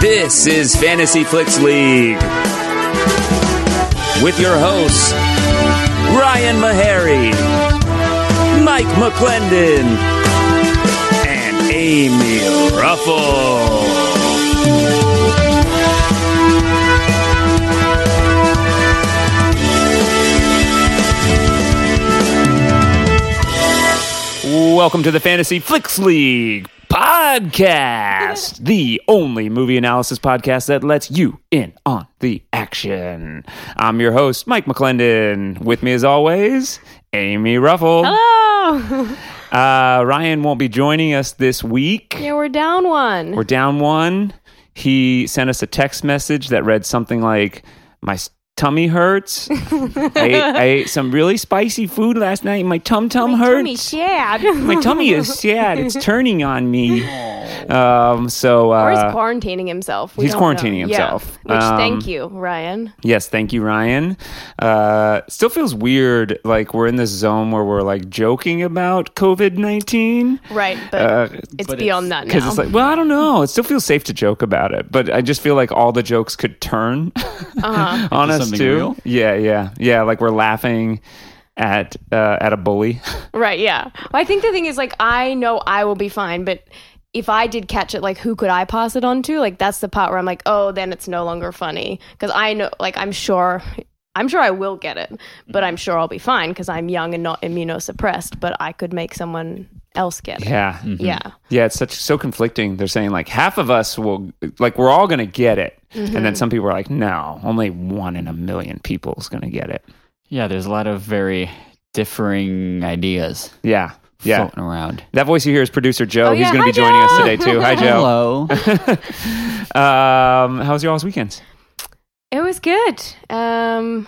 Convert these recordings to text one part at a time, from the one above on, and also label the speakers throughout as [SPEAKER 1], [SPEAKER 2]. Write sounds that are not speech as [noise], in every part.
[SPEAKER 1] This is Fantasy Flicks League with your hosts, Ryan Meharry, Mike McClendon, and Amy Ruffle. Welcome to the Fantasy Flicks League podcast, the only movie analysis podcast that lets you in on the action. I'm your host, Mike McClendon. With me, as always, Amy Ruffle.
[SPEAKER 2] Hello.
[SPEAKER 1] Uh, Ryan won't be joining us this week.
[SPEAKER 2] [laughs] yeah, we're down one.
[SPEAKER 1] We're down one. He sent us a text message that read something like, My s- tummy hurts. I, ate, I ate some really spicy food last night. and My tum tum hurts.
[SPEAKER 2] [laughs]
[SPEAKER 1] My tummy is sad. It's turning on me. Um, so
[SPEAKER 2] or he's
[SPEAKER 1] uh,
[SPEAKER 2] quarantining himself. We
[SPEAKER 1] he's
[SPEAKER 2] don't know.
[SPEAKER 1] quarantining
[SPEAKER 2] Yeah.
[SPEAKER 1] himself.
[SPEAKER 2] Which,
[SPEAKER 1] Um,
[SPEAKER 2] thank you, Ryan.
[SPEAKER 1] yes, thank you, Ryan. Uh, still feels weird. Like we're in this zone where we're like joking about COVID nineteen.
[SPEAKER 2] Right, but it's beyond that
[SPEAKER 1] Because
[SPEAKER 2] now.
[SPEAKER 1] uh, it's like, well, I don't know. It still feels safe to joke about it, but I just feel like all the jokes could turn [laughs]
[SPEAKER 2] Uh-huh.
[SPEAKER 1] on us
[SPEAKER 3] something
[SPEAKER 1] too.
[SPEAKER 3] real?
[SPEAKER 1] Yeah, yeah, yeah. Like we're laughing at uh, at a
[SPEAKER 2] [laughs]
[SPEAKER 1] bully.
[SPEAKER 2] right, yeah. Well, I think the thing is, like, I know I will be fine, but if I did catch it, like, who could I pass it on to? Like, that's the part where I'm like, oh, then it's no longer funny because I know, like, I'm sure. I'm sure I will get it, but I'm sure I'll be fine because I'm young and not immunosuppressed. But I could make someone else get it.
[SPEAKER 1] yeah,
[SPEAKER 3] Mm-hmm.
[SPEAKER 2] Yeah.
[SPEAKER 1] yeah. It's such so conflicting. They're saying like half of us will like we're all gonna get it,
[SPEAKER 2] Mm-hmm.
[SPEAKER 1] and then some people are like, no, only one in a million people is gonna get it.
[SPEAKER 3] Yeah, there's a lot of very differing ideas
[SPEAKER 1] Yeah, yeah.
[SPEAKER 3] floating around.
[SPEAKER 1] That voice you hear is producer Joe.
[SPEAKER 2] Oh,
[SPEAKER 1] He's
[SPEAKER 2] yeah.
[SPEAKER 1] going to be
[SPEAKER 2] Hi,
[SPEAKER 1] joining us
[SPEAKER 2] Joe.
[SPEAKER 1] today too.
[SPEAKER 2] [laughs]
[SPEAKER 1] Hi, Joe. [laughs]
[SPEAKER 3] Hello.
[SPEAKER 1] Um, how was your all's weekends?
[SPEAKER 2] It was good. Um,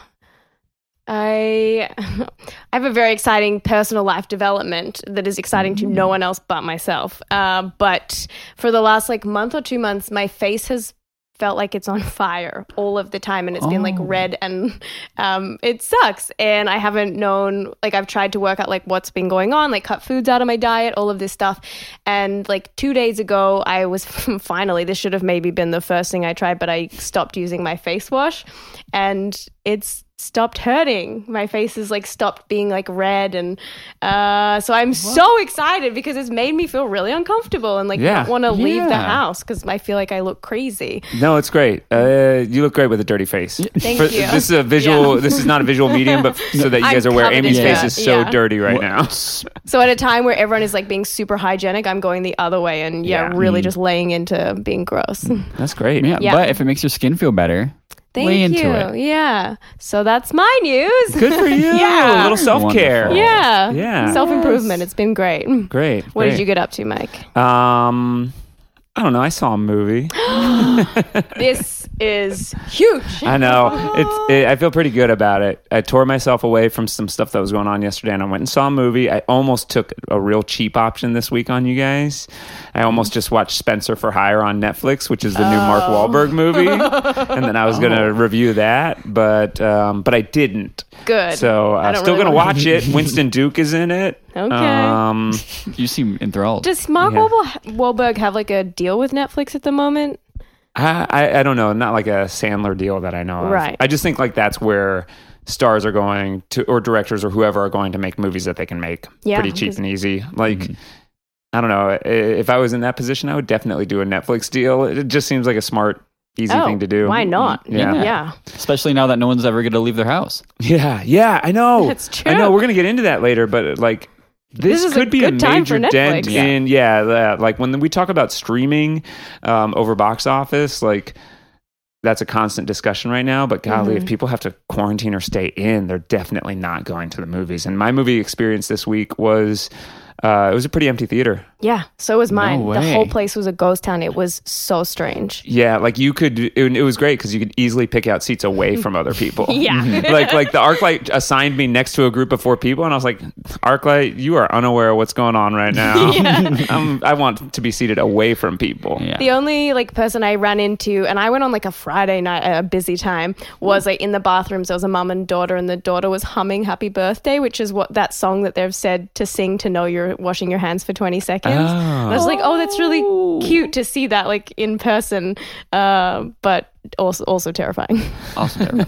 [SPEAKER 2] I [laughs] I have a very exciting personal life development that is exciting to no one else but myself. Uh, but for the last like month or two months, my face has felt like it's on [laughs] fire all of the time, and it's been like
[SPEAKER 3] Oh.
[SPEAKER 2] red, and um, it sucks. And I haven't known like I've tried to work out like what's been going on, like cut foods out of my diet, all of this stuff. And like two days ago, I was [laughs] finally this should have maybe been the first thing I tried, but I stopped using my face wash, and it's stopped hurting. My face is like stopped being like red, and uh, so I'm so excited because it's made me feel really uncomfortable and like
[SPEAKER 1] Yeah.
[SPEAKER 2] not want to leave the
[SPEAKER 3] Yeah.
[SPEAKER 2] house because I feel like I look crazy.
[SPEAKER 1] No, it's great. Uh, you look great with a dirty face.
[SPEAKER 2] Thank you.
[SPEAKER 1] This is a visual. This is not a visual medium,
[SPEAKER 2] [laughs]
[SPEAKER 1] but so that you
[SPEAKER 2] I'm
[SPEAKER 1] guys are aware,
[SPEAKER 2] covered in
[SPEAKER 1] Amy's face
[SPEAKER 2] dirt,
[SPEAKER 1] is so
[SPEAKER 2] yeah.
[SPEAKER 1] dirty right now.
[SPEAKER 2] So at a time where everyone is like being super hygienic, I'm going the other way and yeah,
[SPEAKER 1] Yeah. Mm.
[SPEAKER 2] really just laying into being gross.
[SPEAKER 1] That's great.
[SPEAKER 3] Yeah,
[SPEAKER 2] Yeah.
[SPEAKER 3] but if it makes your skin feel better,
[SPEAKER 2] [laughs] Thank
[SPEAKER 3] lay
[SPEAKER 2] you.
[SPEAKER 3] into it.
[SPEAKER 2] Yeah. So that's my news.
[SPEAKER 1] Good for you. A
[SPEAKER 2] Yeah.
[SPEAKER 1] little self care.
[SPEAKER 3] Wonderful.
[SPEAKER 2] [laughs] yeah.
[SPEAKER 1] Yeah.
[SPEAKER 2] Self improvement. It's been great. What
[SPEAKER 1] Great.
[SPEAKER 2] did
[SPEAKER 1] great.
[SPEAKER 2] you get up to, Mike?
[SPEAKER 1] Um, I don't know. I saw a movie.
[SPEAKER 2] this is
[SPEAKER 1] [laughs]
[SPEAKER 2] huge.
[SPEAKER 1] I know. It's. It, I feel pretty good about it. I tore myself away from some stuff that was going on yesterday, and I went and saw a movie. I almost took a real cheap option this week on you guys. I almost just watched Spencer for Hire on Netflix, which is the new Mark
[SPEAKER 2] Oh.
[SPEAKER 1] Wahlberg movie, and then I was going
[SPEAKER 2] [laughs]
[SPEAKER 1] to review that, but um, but I didn't.
[SPEAKER 2] Good.
[SPEAKER 1] So
[SPEAKER 2] I
[SPEAKER 1] I'm
[SPEAKER 2] don't
[SPEAKER 1] still
[SPEAKER 2] really
[SPEAKER 1] going to
[SPEAKER 2] wanna-
[SPEAKER 1] watch it. Winston Duke is in it.
[SPEAKER 2] [laughs] Okay.
[SPEAKER 1] Um,
[SPEAKER 3] you seem enthralled.
[SPEAKER 2] Does Mark
[SPEAKER 1] Yeah.
[SPEAKER 2] Wahlberg- Wahlberg have like a deal with Netflix at the moment?
[SPEAKER 1] I, I I don't know, not like a Sandler deal that I know of.
[SPEAKER 2] Right.
[SPEAKER 1] I just think like that's where stars are going to, or directors or whoever are going to make movies that they can make
[SPEAKER 2] Yeah,
[SPEAKER 1] pretty cheap
[SPEAKER 2] 'cause-
[SPEAKER 1] and easy. Like, I don't know. I- If I was in that position, I would definitely do a Netflix deal. It just seems like a smart, easy
[SPEAKER 2] oh,
[SPEAKER 1] thing to do.
[SPEAKER 2] Why not?
[SPEAKER 1] Yeah.
[SPEAKER 2] Yeah.
[SPEAKER 3] Especially now that no one's ever going to leave their house.
[SPEAKER 1] Yeah, yeah, I know.
[SPEAKER 2] That's
[SPEAKER 1] I know.
[SPEAKER 2] true.
[SPEAKER 1] We're gonna get into that later, but like. This,
[SPEAKER 2] This is a
[SPEAKER 1] could be a
[SPEAKER 2] good time for
[SPEAKER 1] major dent
[SPEAKER 2] Netflix. Yeah.
[SPEAKER 1] in yeah, that, like when we talk about streaming um, over box office, like that's a constant discussion right now. But golly,
[SPEAKER 2] Mm-hmm.
[SPEAKER 1] if people have to quarantine or stay in, they're definitely not going to the movies. And my movie experience this week was uh, it was a pretty empty theater.
[SPEAKER 2] Yeah. So was mine. the
[SPEAKER 3] way.
[SPEAKER 2] whole place was a ghost town. It was so strange.
[SPEAKER 1] Yeah, like you could, it, it was great because you could easily pick out seats
[SPEAKER 2] [laughs]
[SPEAKER 1] away from other people.
[SPEAKER 2] [laughs] Yeah.
[SPEAKER 1] like like the ArcLight assigned me next to a group of four people, and I was like, ArcLight, you are unaware of what's going on right
[SPEAKER 3] [laughs]
[SPEAKER 1] now. [laughs] I'm, I want to be seated away from people.
[SPEAKER 3] Yeah.
[SPEAKER 2] [laughs] The only like person I ran into, and I went on like a Friday night, a busy time, was like in the bathrooms. There was a mum and daughter, and the daughter was humming "Happy Birthday," which is what that song that they've said to sing to know you're you're washing your hands for 20 seconds.
[SPEAKER 1] Oh.
[SPEAKER 2] I was like, oh, that's really cute to see that like in person, uh, but also also terrifying. [laughs]
[SPEAKER 3] Awesome.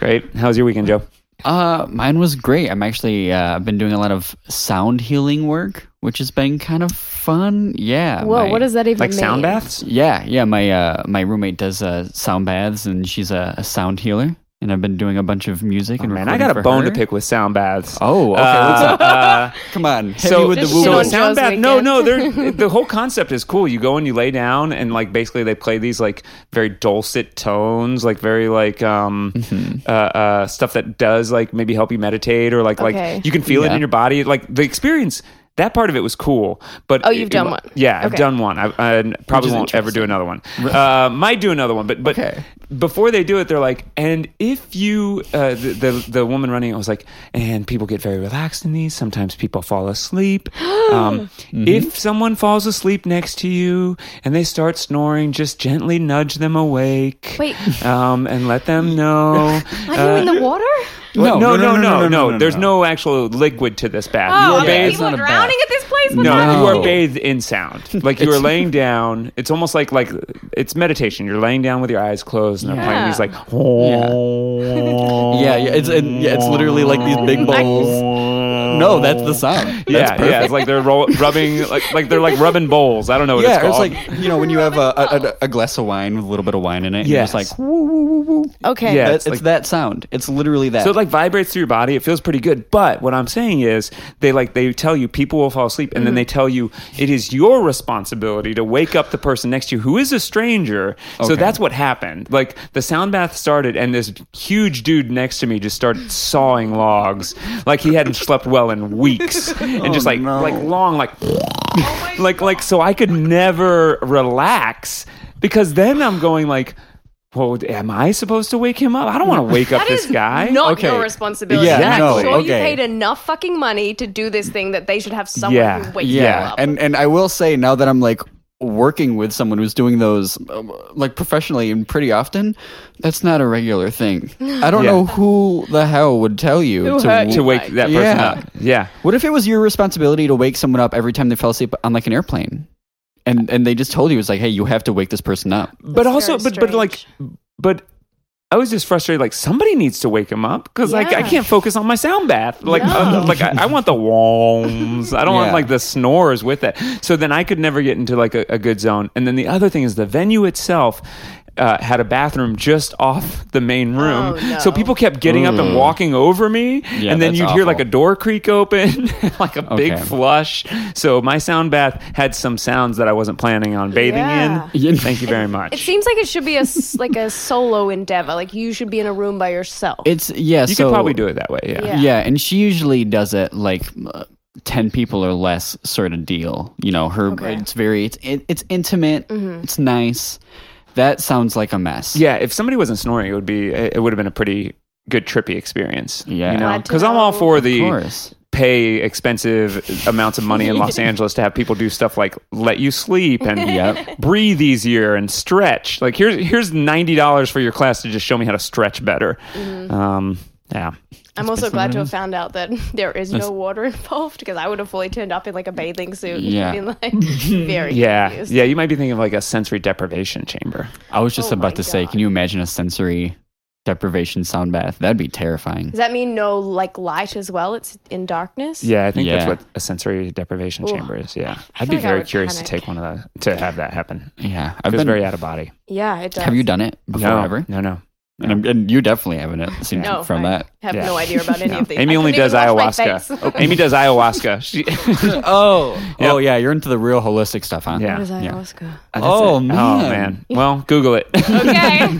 [SPEAKER 1] Great. How's your weekend, Joe?
[SPEAKER 3] uh, mine was great. I'm actually uh, I've been doing a lot of sound healing work, which has been kind of fun. Yeah.
[SPEAKER 2] Whoa,
[SPEAKER 3] my-
[SPEAKER 2] what does that even
[SPEAKER 1] Like
[SPEAKER 2] mean?
[SPEAKER 1] sound baths?
[SPEAKER 3] Yeah, yeah. My uh, my roommate does uh, sound baths, and she's a, a sound healer. And I've been doing a bunch of music.
[SPEAKER 1] Oh,
[SPEAKER 3] and
[SPEAKER 1] man, I
[SPEAKER 3] recording
[SPEAKER 1] got
[SPEAKER 3] for
[SPEAKER 1] a bone
[SPEAKER 3] her.
[SPEAKER 1] to pick with sound baths.
[SPEAKER 3] Oh, okay.
[SPEAKER 1] Uh,
[SPEAKER 3] what's up?
[SPEAKER 1] uh,
[SPEAKER 3] Come on. hit me
[SPEAKER 1] so,
[SPEAKER 3] with the
[SPEAKER 2] Just shit
[SPEAKER 1] so
[SPEAKER 2] on
[SPEAKER 3] woo-woo.
[SPEAKER 2] Joe.
[SPEAKER 1] sound
[SPEAKER 2] Joe's
[SPEAKER 1] bath. No,
[SPEAKER 2] weekend.
[SPEAKER 1] no, they're,
[SPEAKER 2] [laughs]
[SPEAKER 1] the whole concept is cool. You go and you lay down, and like basically they play these like very dulcet tones, like very like um
[SPEAKER 3] Mm-hmm.
[SPEAKER 1] uh, uh stuff that does like maybe help you meditate or like
[SPEAKER 2] Okay.
[SPEAKER 1] like you can feel it
[SPEAKER 3] Yeah.
[SPEAKER 1] in your body. Like the experience. That part of it was cool, but
[SPEAKER 2] Oh, you've done one.
[SPEAKER 1] Yeah, I've
[SPEAKER 2] Okay.
[SPEAKER 1] done one. I, I probably
[SPEAKER 3] is
[SPEAKER 1] won't ever do another one. Uh, might do another one, but but
[SPEAKER 3] Okay.
[SPEAKER 1] before they do it, they're like, and if you, uh, the, the the woman running it was like, and people get very relaxed in these. Sometimes people fall
[SPEAKER 2] [gasps]
[SPEAKER 1] asleep. Um, If someone falls asleep next to you and they start snoring, just gently nudge them awake.
[SPEAKER 2] Wait.
[SPEAKER 1] um, and let
[SPEAKER 2] [laughs]
[SPEAKER 1] them know.
[SPEAKER 2] Are you in the
[SPEAKER 1] Uh, [laughs]
[SPEAKER 2] water?
[SPEAKER 1] no, no, no, no, no,
[SPEAKER 3] no,
[SPEAKER 1] There's
[SPEAKER 3] no.
[SPEAKER 1] no. actual liquid to this bath.
[SPEAKER 2] Oh,
[SPEAKER 1] you are
[SPEAKER 2] okay,
[SPEAKER 1] bathed.
[SPEAKER 2] people
[SPEAKER 3] not
[SPEAKER 2] are
[SPEAKER 3] a bath.
[SPEAKER 2] drowning at this place. What's
[SPEAKER 1] No,
[SPEAKER 2] happening?
[SPEAKER 1] you are
[SPEAKER 3] No.
[SPEAKER 1] bathed in
[SPEAKER 3] [laughs]
[SPEAKER 1] sound. Like you are
[SPEAKER 3] It's-
[SPEAKER 1] laying down. It's almost like like it's meditation. You're laying down with your eyes closed and they're playing
[SPEAKER 2] Yeah.
[SPEAKER 1] these like [laughs] yeah.
[SPEAKER 3] Yeah, yeah. It's it, yeah, it's literally like these big bowls. No, that's the sound. That's
[SPEAKER 1] yeah,
[SPEAKER 3] perfect.
[SPEAKER 1] yeah, it's like they're ro- rubbing, like like they're like rubbing bowls. I don't know what
[SPEAKER 3] yeah,
[SPEAKER 1] it's called.
[SPEAKER 3] it's like you know when you have a, a, a- a glass of wine with a little bit of wine in it. Yeah,
[SPEAKER 1] Yes.
[SPEAKER 3] it's like woo, woo, woo, woo.
[SPEAKER 2] Okay.
[SPEAKER 1] Yeah.
[SPEAKER 3] That-
[SPEAKER 1] it's
[SPEAKER 3] it's,
[SPEAKER 1] like-
[SPEAKER 3] that sound. It's literally that.
[SPEAKER 1] So it like vibrates through your body. It feels pretty good. But what I'm saying is, they like they tell you people will fall asleep, and then
[SPEAKER 2] Mm-hmm.
[SPEAKER 1] they tell you it is your responsibility to wake up the person next to you who is a stranger. So
[SPEAKER 3] Okay.
[SPEAKER 1] that's what happened. Like the sound bath started, and this huge dude next to me just started sawing logs, like he hadn't slept well in weeks,
[SPEAKER 2] [laughs]
[SPEAKER 1] and
[SPEAKER 2] Oh,
[SPEAKER 1] just like
[SPEAKER 3] no.
[SPEAKER 1] like long like. like like so I could never relax because then I'm going like well, am I supposed to wake him up? I don't want to wake up
[SPEAKER 2] That
[SPEAKER 1] this
[SPEAKER 2] is
[SPEAKER 1] guy.
[SPEAKER 2] not
[SPEAKER 3] Okay.
[SPEAKER 2] your responsibility.
[SPEAKER 3] Yeah,
[SPEAKER 2] I'm
[SPEAKER 1] no,
[SPEAKER 2] sure you
[SPEAKER 3] okay.
[SPEAKER 2] paid enough fucking money to do this thing that they should have someone
[SPEAKER 1] Yeah,
[SPEAKER 2] who wakes you
[SPEAKER 3] yeah,
[SPEAKER 2] up.
[SPEAKER 3] and and I will say now that I'm like working with someone who's doing those um, like professionally and pretty often, that's not a regular thing. I don't
[SPEAKER 1] Yeah.
[SPEAKER 3] know who the hell would tell you
[SPEAKER 2] Who
[SPEAKER 3] to
[SPEAKER 2] hurt
[SPEAKER 1] to
[SPEAKER 3] w-
[SPEAKER 1] wake that person
[SPEAKER 3] Yeah.
[SPEAKER 1] up. Yeah.
[SPEAKER 3] What if it was your responsibility to wake someone up every time they fell asleep on like an airplane? And and they just told you it's like, hey, you have to wake this person up.
[SPEAKER 1] But
[SPEAKER 2] That's
[SPEAKER 1] also, but,
[SPEAKER 2] very
[SPEAKER 1] but like, but I was just frustrated. Like, somebody needs to wake him up because, like, I
[SPEAKER 2] Yeah.
[SPEAKER 1] can't focus on my sound bath. Like,
[SPEAKER 2] No.
[SPEAKER 1] uh, [laughs] like I, I want the woms. I don't want
[SPEAKER 3] Yeah.
[SPEAKER 1] like the snores with it. So then I could never get into like a, a good zone. And then the other thing is the venue itself. Uh, had a bathroom just off the main room,
[SPEAKER 2] Oh, no.
[SPEAKER 1] so people kept getting up and
[SPEAKER 3] Ooh.
[SPEAKER 1] walking over me,
[SPEAKER 3] Yeah,
[SPEAKER 1] and then
[SPEAKER 3] that's
[SPEAKER 1] you'd hear
[SPEAKER 3] awful.
[SPEAKER 1] like a door creak open, [laughs] like a big
[SPEAKER 3] Okay.
[SPEAKER 1] flush. So my sound bath had some sounds that I wasn't planning on bathing
[SPEAKER 2] Yeah.
[SPEAKER 1] in.
[SPEAKER 3] Yeah.
[SPEAKER 1] Thank you very much.
[SPEAKER 2] It seems like it should be a s- like a solo endeavor. Like you should be in a room by yourself.
[SPEAKER 3] It's yeah.
[SPEAKER 1] You
[SPEAKER 3] so,
[SPEAKER 1] could probably do it that way. Yeah.
[SPEAKER 2] Yeah.
[SPEAKER 3] Yeah. and she usually does it like uh, ten people or less sort of deal. You know, her
[SPEAKER 2] Okay. Mm-hmm.
[SPEAKER 3] it's very it's it, it's intimate. It's nice. That sounds like a mess.
[SPEAKER 1] Yeah, If somebody wasn't snoring, it would be it would have been a pretty good trippy experience.
[SPEAKER 3] Yeah.
[SPEAKER 1] You know,
[SPEAKER 2] Glad to
[SPEAKER 1] because I'm all
[SPEAKER 2] know.
[SPEAKER 1] for
[SPEAKER 3] of
[SPEAKER 1] the
[SPEAKER 3] course.
[SPEAKER 1] pay expensive amounts of money in
[SPEAKER 2] [laughs]
[SPEAKER 1] Los Angeles to have people do stuff like let you sleep and
[SPEAKER 3] Yep.
[SPEAKER 1] breathe easier and stretch. Like here's here's ninety dollars for your class to just show me how to stretch better.
[SPEAKER 2] Mm-hmm.
[SPEAKER 1] Um, yeah.
[SPEAKER 2] I'm also glad to have found out that [laughs] there is no water involved because I would have fully turned up in like a bathing suit. and
[SPEAKER 3] Yeah.
[SPEAKER 2] been [laughs] like very
[SPEAKER 1] Yeah,
[SPEAKER 2] confused.
[SPEAKER 1] yeah. You might be thinking of like a sensory deprivation chamber.
[SPEAKER 3] I was just
[SPEAKER 2] Oh my
[SPEAKER 3] about to say,
[SPEAKER 2] God.
[SPEAKER 3] can you imagine a sensory deprivation sound bath? That'd be terrifying.
[SPEAKER 2] Does that mean no like light as well? It's in darkness.
[SPEAKER 1] Yeah, I think that's
[SPEAKER 3] Yeah.
[SPEAKER 1] what a sensory deprivation
[SPEAKER 2] Ooh.
[SPEAKER 1] chamber is. Yeah, I'd
[SPEAKER 2] feel
[SPEAKER 1] be
[SPEAKER 2] like I
[SPEAKER 1] very
[SPEAKER 2] would
[SPEAKER 1] curious to
[SPEAKER 2] panic.
[SPEAKER 1] take one of those to have that happen.
[SPEAKER 3] Yeah,
[SPEAKER 1] i
[SPEAKER 3] I've been.
[SPEAKER 1] very out of body.
[SPEAKER 2] Yeah, it does.
[SPEAKER 3] have you done it before
[SPEAKER 1] no,
[SPEAKER 3] ever?
[SPEAKER 1] No, no.
[SPEAKER 3] And, I'm- and you definitely haven't.
[SPEAKER 2] [laughs]
[SPEAKER 3] It seems
[SPEAKER 2] No,
[SPEAKER 3] from
[SPEAKER 2] I
[SPEAKER 3] that.
[SPEAKER 2] Have
[SPEAKER 1] Yeah.
[SPEAKER 2] no idea about
[SPEAKER 3] [laughs]
[SPEAKER 2] any of these.
[SPEAKER 1] Amy
[SPEAKER 2] I
[SPEAKER 1] only
[SPEAKER 2] couldn't
[SPEAKER 1] does
[SPEAKER 2] even wash my
[SPEAKER 1] ayahuasca.
[SPEAKER 2] face.
[SPEAKER 1] Oh, [laughs] Amy does ayahuasca. She, [laughs]
[SPEAKER 3] Oh,
[SPEAKER 1] Yep.
[SPEAKER 3] oh yeah, you're into the real holistic stuff, huh?
[SPEAKER 1] yeah.
[SPEAKER 2] What is
[SPEAKER 1] That's
[SPEAKER 2] ayahuasca?
[SPEAKER 3] Oh,
[SPEAKER 1] it.
[SPEAKER 3] man.
[SPEAKER 1] Oh man. Well, Google it. [laughs]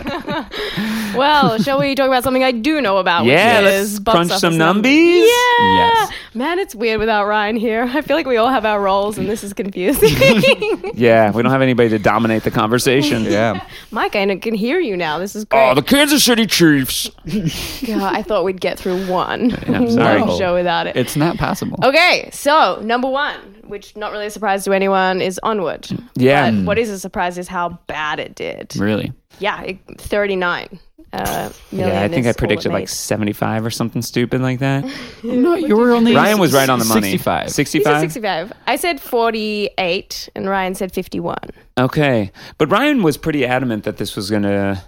[SPEAKER 2] Okay. well, shall we talk about something I do know about?
[SPEAKER 1] yeah,
[SPEAKER 2] which
[SPEAKER 1] let's
[SPEAKER 2] is box
[SPEAKER 1] crunch
[SPEAKER 2] office
[SPEAKER 1] some
[SPEAKER 2] numbers.
[SPEAKER 1] numbies. Yeah.
[SPEAKER 3] Yes.
[SPEAKER 2] Man, it's weird without Ryan here. I feel like we all have our roles, and this is confusing.
[SPEAKER 1] [laughs] Yeah, we don't have anybody to dominate the [laughs] conversation.
[SPEAKER 3] Yeah.
[SPEAKER 2] Mike, I can hear you now. This is great.
[SPEAKER 1] Oh, the Kansas City
[SPEAKER 2] [laughs]
[SPEAKER 1] Chiefs.
[SPEAKER 2] God, I thought we'd get through one
[SPEAKER 1] I'm sorry.
[SPEAKER 2] one show without it.
[SPEAKER 3] It's not possible.
[SPEAKER 2] okay, so number one, which not really a surprise to anyone, is Onward.
[SPEAKER 1] Yeah.
[SPEAKER 2] But what is a surprise is how bad it did.
[SPEAKER 3] Really?
[SPEAKER 2] Yeah, it, 39.
[SPEAKER 1] Yeah, I
[SPEAKER 2] uh,
[SPEAKER 1] think I
[SPEAKER 2] millionaires
[SPEAKER 1] predicted
[SPEAKER 2] all it
[SPEAKER 1] like 75 or something stupid like that.
[SPEAKER 3] No, you were only
[SPEAKER 1] Ryan was right on the money.
[SPEAKER 3] 65.
[SPEAKER 1] 65?
[SPEAKER 2] made. He said 65. I said 48, and Ryan said 51.
[SPEAKER 1] Okay. But Ryan was pretty adamant that this was going to,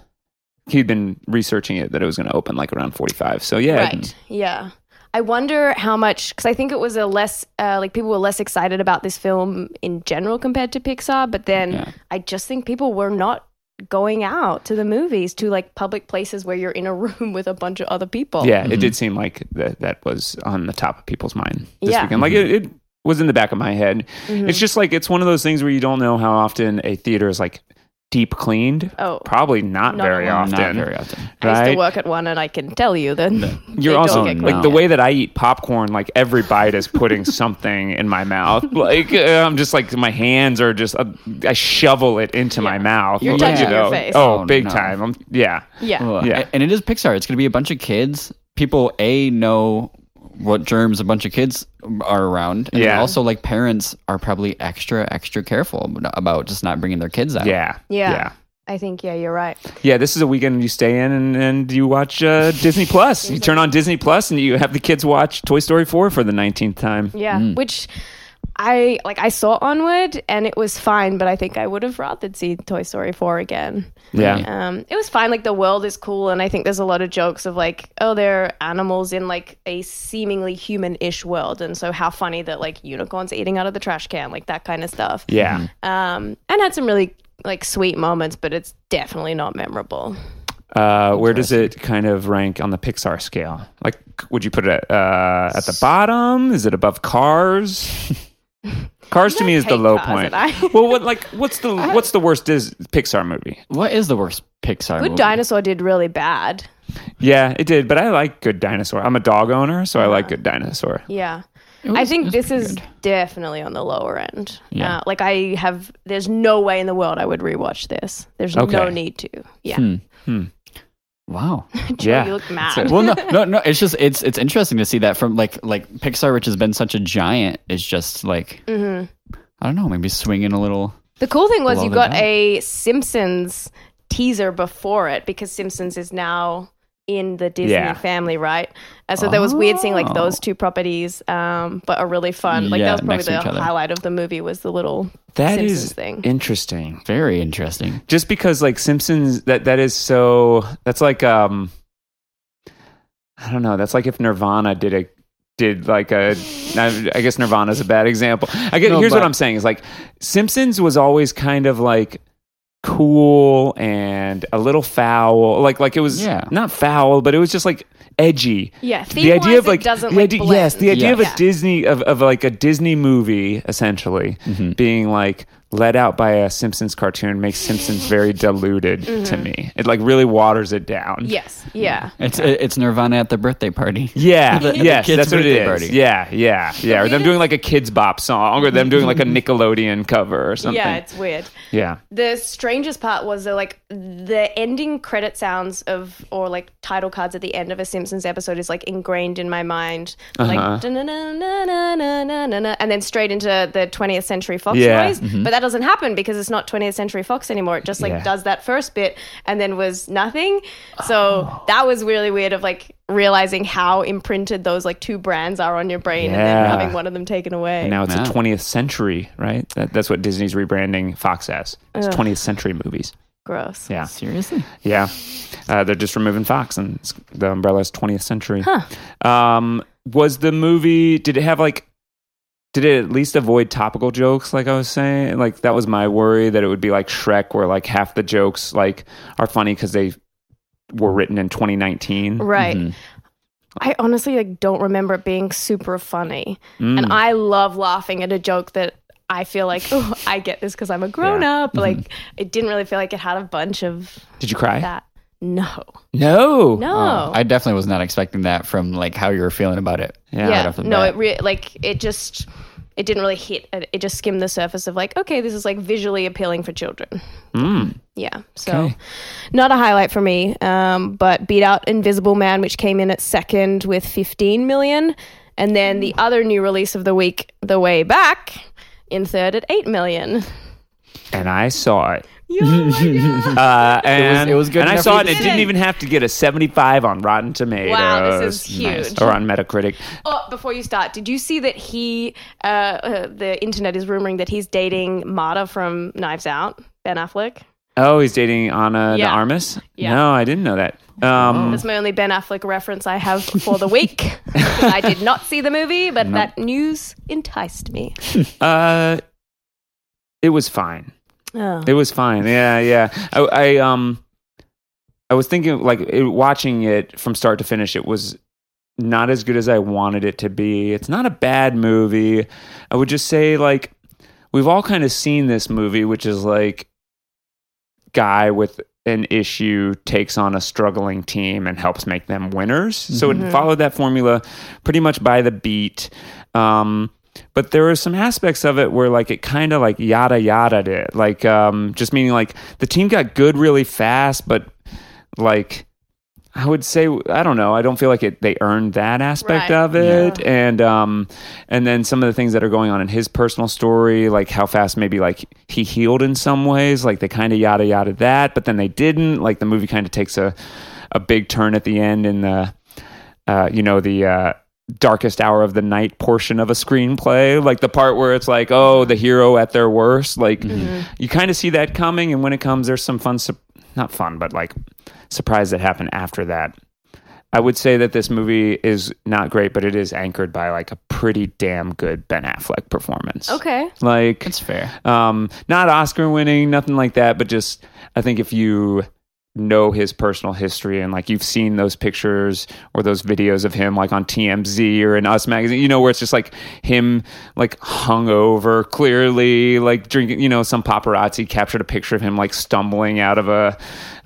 [SPEAKER 1] he'd been researching it, that it was going to open like around 45. So yeah.
[SPEAKER 2] Right. Yeah. I wonder how much because I think it was a less uh, like people were less excited about this film in general compared to Pixar, but then
[SPEAKER 3] Yeah.
[SPEAKER 2] I just think people were not going out to the movies to like public places where you're in a [laughs] room with a bunch of other people.
[SPEAKER 1] Yeah, it did seem like that, that was on the top of people's mind this
[SPEAKER 2] Yeah.
[SPEAKER 1] weekend.
[SPEAKER 2] Mm-hmm.
[SPEAKER 1] Like it, it was in the back of my head. It's just like it's one of those things where you don't know how often a theater is like deep cleaned.
[SPEAKER 2] Oh.
[SPEAKER 1] probably not,
[SPEAKER 2] Not
[SPEAKER 1] very
[SPEAKER 2] often.
[SPEAKER 1] often.
[SPEAKER 3] Not very often.
[SPEAKER 2] I used
[SPEAKER 1] Right?
[SPEAKER 2] to work at one, and I can tell you that
[SPEAKER 1] You're also
[SPEAKER 2] get
[SPEAKER 1] like the way that I eat popcorn. Like every bite is putting
[SPEAKER 2] [laughs]
[SPEAKER 1] something in my mouth. Like uh, I'm just like my hands are just. Uh, I shovel it into my mouth.
[SPEAKER 2] You're
[SPEAKER 1] I'll let
[SPEAKER 2] touching
[SPEAKER 1] you
[SPEAKER 2] your
[SPEAKER 1] know.
[SPEAKER 2] face.
[SPEAKER 1] Oh,
[SPEAKER 3] Oh,
[SPEAKER 1] big
[SPEAKER 3] no.
[SPEAKER 1] time. I'm, yeah.
[SPEAKER 2] yeah.
[SPEAKER 3] Ugh.
[SPEAKER 1] Yeah.
[SPEAKER 3] A- And it is Pixar. It's going to be a bunch of kids. People a know what germs a bunch of kids are around, and
[SPEAKER 1] Yeah.
[SPEAKER 3] also like parents are probably extra extra careful about just not bringing their kids out.
[SPEAKER 1] Yeah.
[SPEAKER 2] yeah,
[SPEAKER 1] Yeah.
[SPEAKER 2] I think yeah, you're right.
[SPEAKER 1] Yeah, this is a weekend you stay in and, and you watch uh, Disney Plus. You turn on Disney Plus and you have the kids watch Toy Story 4 for the 19th time.
[SPEAKER 2] Yeah, which I like. I saw Onward, and it was fine, but I think I would have rather seen Toy Story four again.
[SPEAKER 1] Yeah.
[SPEAKER 2] Um, it was fine. Like the world is cool, and I think there's a lot of jokes of like, oh, there are animals in like a seemingly human-ish world, and so how funny that like unicorns eating out of the trash can, like that kind of stuff.
[SPEAKER 1] Yeah.
[SPEAKER 2] Um, and had some really like sweet moments, but it's definitely not memorable.
[SPEAKER 1] Uh, where does it kind of rank on the Pixar scale? Like, would you put it at, uh, at the bottom? Is it above
[SPEAKER 2] [laughs]
[SPEAKER 1] Cars? Cars to me is the
[SPEAKER 2] take
[SPEAKER 1] low
[SPEAKER 2] Cars,
[SPEAKER 1] point.
[SPEAKER 2] and I- [laughs]
[SPEAKER 1] well, what like what's the what's the worst Dis- Pixar movie?
[SPEAKER 3] What is the worst Pixar
[SPEAKER 2] Good
[SPEAKER 3] movie?
[SPEAKER 2] Dinosaur did really bad.
[SPEAKER 1] Yeah, it did, but I like Good Dinosaur. I'm a dog owner, so I like Good Dinosaur.
[SPEAKER 2] Yeah.
[SPEAKER 3] was-
[SPEAKER 2] I
[SPEAKER 3] it
[SPEAKER 2] think
[SPEAKER 3] was
[SPEAKER 2] this
[SPEAKER 3] pretty
[SPEAKER 2] is
[SPEAKER 3] good.
[SPEAKER 2] definitely on the lower end.
[SPEAKER 3] Yeah.
[SPEAKER 2] Uh, like I have, there's no way in the world I would rewatch this. There's no
[SPEAKER 1] Okay.
[SPEAKER 2] need to. Yeah.
[SPEAKER 3] Hmm.
[SPEAKER 2] [laughs]
[SPEAKER 3] wow.
[SPEAKER 2] Joe,
[SPEAKER 1] Yeah.
[SPEAKER 2] You look
[SPEAKER 3] So-
[SPEAKER 2] mad.
[SPEAKER 3] well, no, no, no. It's just it's it's interesting to see that from like like Pixar, which has been such a giant, is just like
[SPEAKER 2] Mm-hmm.
[SPEAKER 3] I don't know, maybe swinging a little.
[SPEAKER 2] The cool thing was
[SPEAKER 3] Below
[SPEAKER 2] you
[SPEAKER 3] the
[SPEAKER 2] got
[SPEAKER 3] belt.
[SPEAKER 2] a Simpsons teaser before it because Simpsons is now in the Disney
[SPEAKER 1] Yeah.
[SPEAKER 2] family, right? And so there was weird seeing like those two properties, um, but are really fun. Like
[SPEAKER 3] Oh. Yeah,
[SPEAKER 2] that was
[SPEAKER 3] next to
[SPEAKER 2] probably
[SPEAKER 3] each
[SPEAKER 2] the
[SPEAKER 3] other.
[SPEAKER 2] highlight of the movie was the little
[SPEAKER 1] That is
[SPEAKER 2] Simpsons thing.
[SPEAKER 1] interesting.
[SPEAKER 3] Very interesting.
[SPEAKER 1] just because like Simpsons that that is so that's like um I don't know that's like if Nirvana did a did like a I I guess Nirvana's a bad example. I guess
[SPEAKER 3] No,
[SPEAKER 1] here's what
[SPEAKER 3] but-
[SPEAKER 1] I'm saying is like Simpsons was always kind of like cool and a little foul like like it was
[SPEAKER 3] Yeah.
[SPEAKER 1] not foul but it was just like edgy
[SPEAKER 2] Yeah,
[SPEAKER 1] the idea
[SPEAKER 2] theme-wise,
[SPEAKER 1] of
[SPEAKER 2] it
[SPEAKER 1] like
[SPEAKER 2] doesn't,
[SPEAKER 1] the
[SPEAKER 2] like,
[SPEAKER 1] idea, yes the
[SPEAKER 2] blend.
[SPEAKER 1] idea of a
[SPEAKER 2] Yeah.
[SPEAKER 1] disney of, of like a disney movie essentially
[SPEAKER 3] Mm-hmm.
[SPEAKER 1] being like let out by a simpsons cartoon makes simpsons very diluted to me it like really waters it down
[SPEAKER 2] yes, Mm-hmm. yeah.
[SPEAKER 3] It's it's Nirvana at the birthday party.
[SPEAKER 1] yeah,
[SPEAKER 3] The- the
[SPEAKER 1] yes,
[SPEAKER 3] kids'
[SPEAKER 1] that's what it
[SPEAKER 3] birthday
[SPEAKER 1] is.
[SPEAKER 3] party.
[SPEAKER 1] Yeah, yeah, yeah. Or them doing like a kids' bop song, or them doing like a Nickelodeon cover or something.
[SPEAKER 2] Yeah, it's weird.
[SPEAKER 1] yeah.
[SPEAKER 2] The strangest part was the like the ending credit sounds of or like title cards at the end of a Simpsons episode is like ingrained in my mind. Like "Da-na-na-na-na-na-na-na-na," and then straight into the 20th Century Fox
[SPEAKER 1] Yeah.
[SPEAKER 2] noise. But that doesn't happen because it's not 20th Century Fox anymore. It just like
[SPEAKER 1] Yeah.
[SPEAKER 2] does that first bit and then was nothing. So that was really weird of like realizing how imprinted those like two brands are on your brain and then
[SPEAKER 1] Yeah.
[SPEAKER 2] having one of them taken away.
[SPEAKER 1] And now it's the
[SPEAKER 3] Wow.
[SPEAKER 1] 20th century, right? That, that's what Disney's rebranding Fox as. It's 20th century movies.
[SPEAKER 2] Gross.
[SPEAKER 1] Yeah.
[SPEAKER 3] Seriously?
[SPEAKER 1] Yeah, uh, they're just removing Fox, and it's, the umbrella's 20th century. Um, was the movie? Did it have like? Did it at least avoid topical jokes? Like I was saying, like that was my worry that it would be like Shrek, where like half the jokes like are funny because they were written in 2019.
[SPEAKER 2] Right. I honestly like don't remember it being super funny. And I love laughing at a joke that I feel like, oh, I get this because I'm a grown up. Like it didn't really feel like it had a bunch of
[SPEAKER 1] Did you cry?
[SPEAKER 2] that. No.
[SPEAKER 1] No.
[SPEAKER 2] No.
[SPEAKER 3] I definitely was not expecting that from like how you were feeling about it.
[SPEAKER 1] Yeah.
[SPEAKER 2] yeah.
[SPEAKER 1] right
[SPEAKER 3] off the
[SPEAKER 2] no,
[SPEAKER 3] bat.
[SPEAKER 2] it re- like it just it didn't really hit uh, it it just skimmed the surface of like, okay, this is like visually appealing for children. Yeah. So not a highlight for me. Um, but beat out Invisible Man, which came in at second with 15 million. And then the other new release of the week, The Way Back, in third at 8 million.
[SPEAKER 1] and I saw it.
[SPEAKER 2] Yo, oh my God.
[SPEAKER 1] Uh, and
[SPEAKER 3] it was good
[SPEAKER 1] And I
[SPEAKER 3] enough
[SPEAKER 1] saw
[SPEAKER 3] for
[SPEAKER 1] it. and
[SPEAKER 3] you
[SPEAKER 2] to
[SPEAKER 1] It
[SPEAKER 2] see.
[SPEAKER 1] didn't even have to get a 75 on Rotten Tomatoes.
[SPEAKER 2] Wow, this is
[SPEAKER 1] Nice.
[SPEAKER 2] huge.
[SPEAKER 1] Or on Metacritic.
[SPEAKER 2] [laughs] oh, before you start, did you see that he, uh, uh, the internet is rumoring that he's dating Marta from Knives Out, Ben Affleck?
[SPEAKER 1] Oh, he's dating Anna
[SPEAKER 2] Yeah.
[SPEAKER 1] de Armas.
[SPEAKER 2] Yeah.
[SPEAKER 1] No, I didn't know that. Um,
[SPEAKER 2] That's my only Ben Affleck reference I have for the week. [laughs] I did not see the movie, but that news enticed me.
[SPEAKER 1] uh, it was fine.
[SPEAKER 2] Oh.
[SPEAKER 1] It was fine. Yeah, yeah. I, I um, I was thinking like it, watching it from start to finish. It was not as good as I wanted it to be. It's not a bad movie. I would just say like we've all kind of seen this movie, which is like guy with an issue takes on a struggling team and helps make them winners. So it followed that formula pretty much by the beat. Um, but there were some aspects of it where like it kind of like yada yada did, like um, just meaning like the team got good really fast, but like I would say I don't know. I don't feel like it. They earned that aspect
[SPEAKER 2] Right.
[SPEAKER 1] of it, and um, and then some of the things that are going on in his personal story, like how fast maybe like he healed in some ways, like they kind of yada yada that, but then they didn't. Like the movie kind of takes a a big turn at the end in the uh, you know the. Uh, darkest hour of the night portion of a screenplay like the part where it's like oh the hero at their worst like you kind of see that coming and when it comes there's some fun sup- not fun but like surprise that happened after that i would say that this movie is not great but it is anchored by like a pretty damn good ben affleck performance
[SPEAKER 2] Okay.
[SPEAKER 1] like
[SPEAKER 3] That's fair.
[SPEAKER 1] um, not Oscar winning, nothing like that, but just I think if you know his personal history and like you've seen those pictures or those videos of him like on TMZ or in Us magazine, you know, where it's just like him like hungover, clearly like drinking, you know, some paparazzi captured a picture of him like stumbling out of a,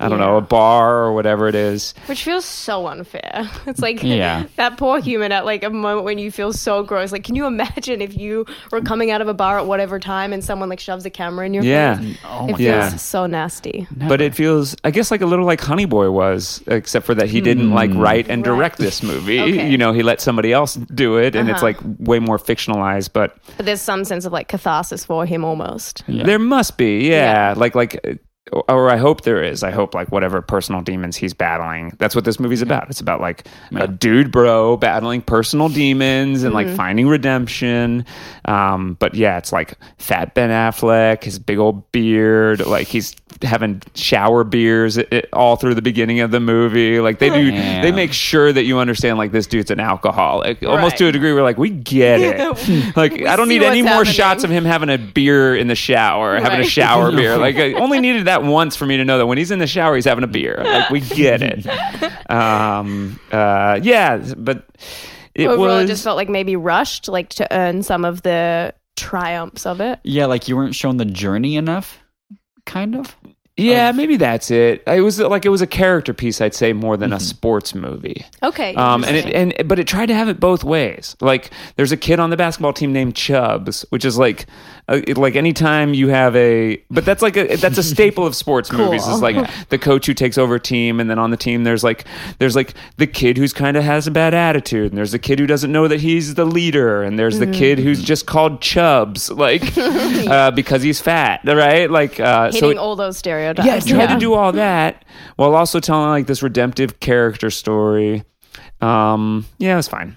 [SPEAKER 1] I don't know, a bar or whatever it is.
[SPEAKER 2] Which feels so unfair. [laughs] It's like
[SPEAKER 3] Yeah.
[SPEAKER 2] that poor human at like a moment when you feel so gross. Like, can you imagine if you were coming out of a bar at whatever time and someone like shoves a camera in your
[SPEAKER 1] Yeah.
[SPEAKER 2] face?
[SPEAKER 3] Oh
[SPEAKER 2] It
[SPEAKER 3] my
[SPEAKER 2] feels
[SPEAKER 1] Yeah.
[SPEAKER 2] so nasty.
[SPEAKER 1] But it feels, I guess, like a little like Honey Boy was, except for that he didn't like write and
[SPEAKER 2] Right.
[SPEAKER 1] direct this movie.
[SPEAKER 2] Okay. Uh-huh.
[SPEAKER 1] You know, he let somebody else do it, and it's like way more fictionalized. But
[SPEAKER 2] But there's some sense of like catharsis for him almost.
[SPEAKER 3] Yeah.
[SPEAKER 1] there must be, yeah, like like, uh, or I hope there is. I hope like whatever personal demons he's battling, that's what this movie's about. It's about like a dude bro battling personal demons and
[SPEAKER 2] Mm-hmm.
[SPEAKER 1] like finding redemption. Um, but yeah, it's like fat Ben Affleck, his big old beard, like he's having shower beers i i- all through the beginning of the movie. Like they do,
[SPEAKER 3] Man.
[SPEAKER 1] they make sure that you understand like this dude's an alcoholic, almost
[SPEAKER 2] Right.
[SPEAKER 1] to a degree. We're like, we get
[SPEAKER 2] [laughs]
[SPEAKER 1] it. like
[SPEAKER 2] We
[SPEAKER 1] I don't
[SPEAKER 2] see
[SPEAKER 1] need any
[SPEAKER 2] what's
[SPEAKER 1] more
[SPEAKER 2] happening.
[SPEAKER 1] shots of him having a beer in the shower, having a
[SPEAKER 2] Right.
[SPEAKER 1] shower
[SPEAKER 2] [laughs]
[SPEAKER 1] beer. Like I only needed that once for me to know that when he's in the shower, he's having a beer. Like we get
[SPEAKER 2] [laughs]
[SPEAKER 1] it. Um, uh, yeah, but it
[SPEAKER 2] Overall,
[SPEAKER 1] was
[SPEAKER 2] it just felt like maybe rushed, like to earn some of the triumphs of it.
[SPEAKER 3] Yeah, like you weren't shown the journey enough, kind of.
[SPEAKER 1] yeah, maybe that's it. It was like it was a character piece, I'd say, more than a
[SPEAKER 2] Mm-hmm.
[SPEAKER 1] sports movie.
[SPEAKER 2] Okay.
[SPEAKER 1] Um, and it,
[SPEAKER 2] interesting.
[SPEAKER 1] and but it tried to have it both ways. Like there's a kid on the basketball team named Chubbs, which is like uh, it- like anytime you have a but that's like a that's a staple of sports
[SPEAKER 2] [laughs]
[SPEAKER 1] movies. Is like the coach who takes over a team, and then on the team there's like there's like the kid who's kind of has a bad attitude, and there's the kid who doesn't know that he's the leader, and there's the
[SPEAKER 2] Mm.
[SPEAKER 1] kid who's just called Chubbs,
[SPEAKER 2] [laughs]
[SPEAKER 1] like uh, because he's fat, right? Like uh, so
[SPEAKER 2] hitting
[SPEAKER 1] it-
[SPEAKER 2] all those stereotypes.
[SPEAKER 1] yeah, try to do all that while also telling like this redemptive character story. Um, yeah, it was fine.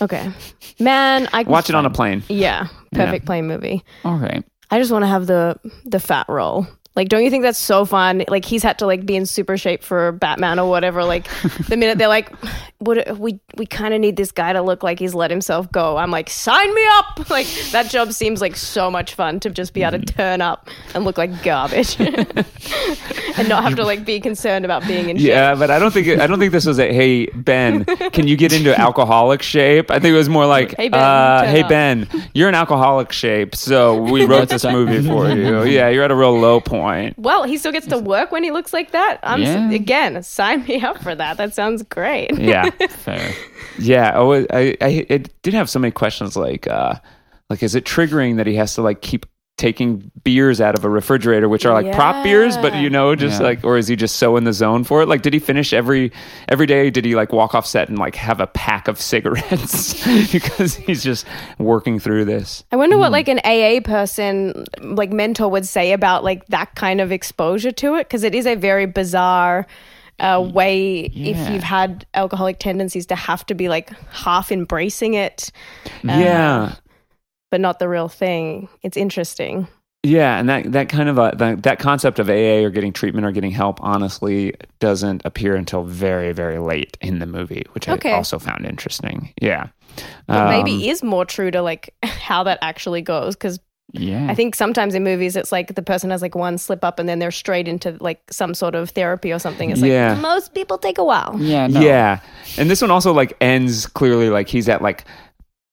[SPEAKER 2] Okay. Man, I
[SPEAKER 1] Watch it on a plane.
[SPEAKER 2] Yeah, perfect plane movie.
[SPEAKER 3] All right.
[SPEAKER 2] I just want to have the the fat roll. Like, don't you think that's so fun? Like, he's had to like be in super shape for Batman or whatever. Like, the minute they're like, "What we we kind of need this guy to look like he's let himself go," I'm like, "Sign me up!" [laughs] Like, that job seems like so much fun to just be able to
[SPEAKER 1] Mm-hmm.
[SPEAKER 2] turn up and look like garbage, [laughs] and not have to like be concerned about being in shape.
[SPEAKER 1] Yeah, but I don't think it, I don't think this was a hey Ben, can you get
[SPEAKER 2] [laughs]
[SPEAKER 1] into alcoholic shape? I think it was more like
[SPEAKER 2] Hey, Ben,
[SPEAKER 1] uh,
[SPEAKER 2] turn
[SPEAKER 1] hey
[SPEAKER 2] up."
[SPEAKER 1] Ben, you're in alcoholic shape, so we wrote this movie for you. Yeah, you're at a real low point.
[SPEAKER 2] Well, he still gets to work when he looks like that. I'm
[SPEAKER 3] Yeah.
[SPEAKER 2] again, sign me up for that. That sounds great. [laughs]
[SPEAKER 1] Yeah,
[SPEAKER 3] Fair.
[SPEAKER 1] yeah. Oh, I, I it did have so many questions like uh, like is it triggering that he has to like keep taking beers out of a refrigerator, which are like prop beers, but
[SPEAKER 2] Yeah.
[SPEAKER 1] you know, just
[SPEAKER 3] Yeah.
[SPEAKER 1] like, or is he just so in the zone for it? Like, did he finish every every day? Did he like walk off set and like have a pack of [laughs] cigarettes because he's just working through this?
[SPEAKER 2] I wonder what like an AA person, like mentor, would say about like that kind of exposure to it because it is a very bizarre uh, way if
[SPEAKER 3] yeah.
[SPEAKER 2] you've had alcoholic tendencies to have to be like half embracing it, uh,
[SPEAKER 1] yeah,
[SPEAKER 2] but not the real thing. It's interesting.
[SPEAKER 1] Yeah, and that that kind of a that, that concept of AA or getting treatment or getting help honestly doesn't appear until very very late in the movie, which
[SPEAKER 2] Okay.
[SPEAKER 1] I also found interesting. Yeah,
[SPEAKER 2] But
[SPEAKER 1] Um,
[SPEAKER 2] maybe is more true to like [laughs] how that actually goes because
[SPEAKER 3] Yeah.
[SPEAKER 2] I think sometimes in movies it's like the person has like one slip up and then they're straight into like some sort of therapy or something. It's like
[SPEAKER 1] Yeah.
[SPEAKER 2] most people take a while.
[SPEAKER 3] yeah. No.
[SPEAKER 1] yeah, and this one also like ends clearly like he's at like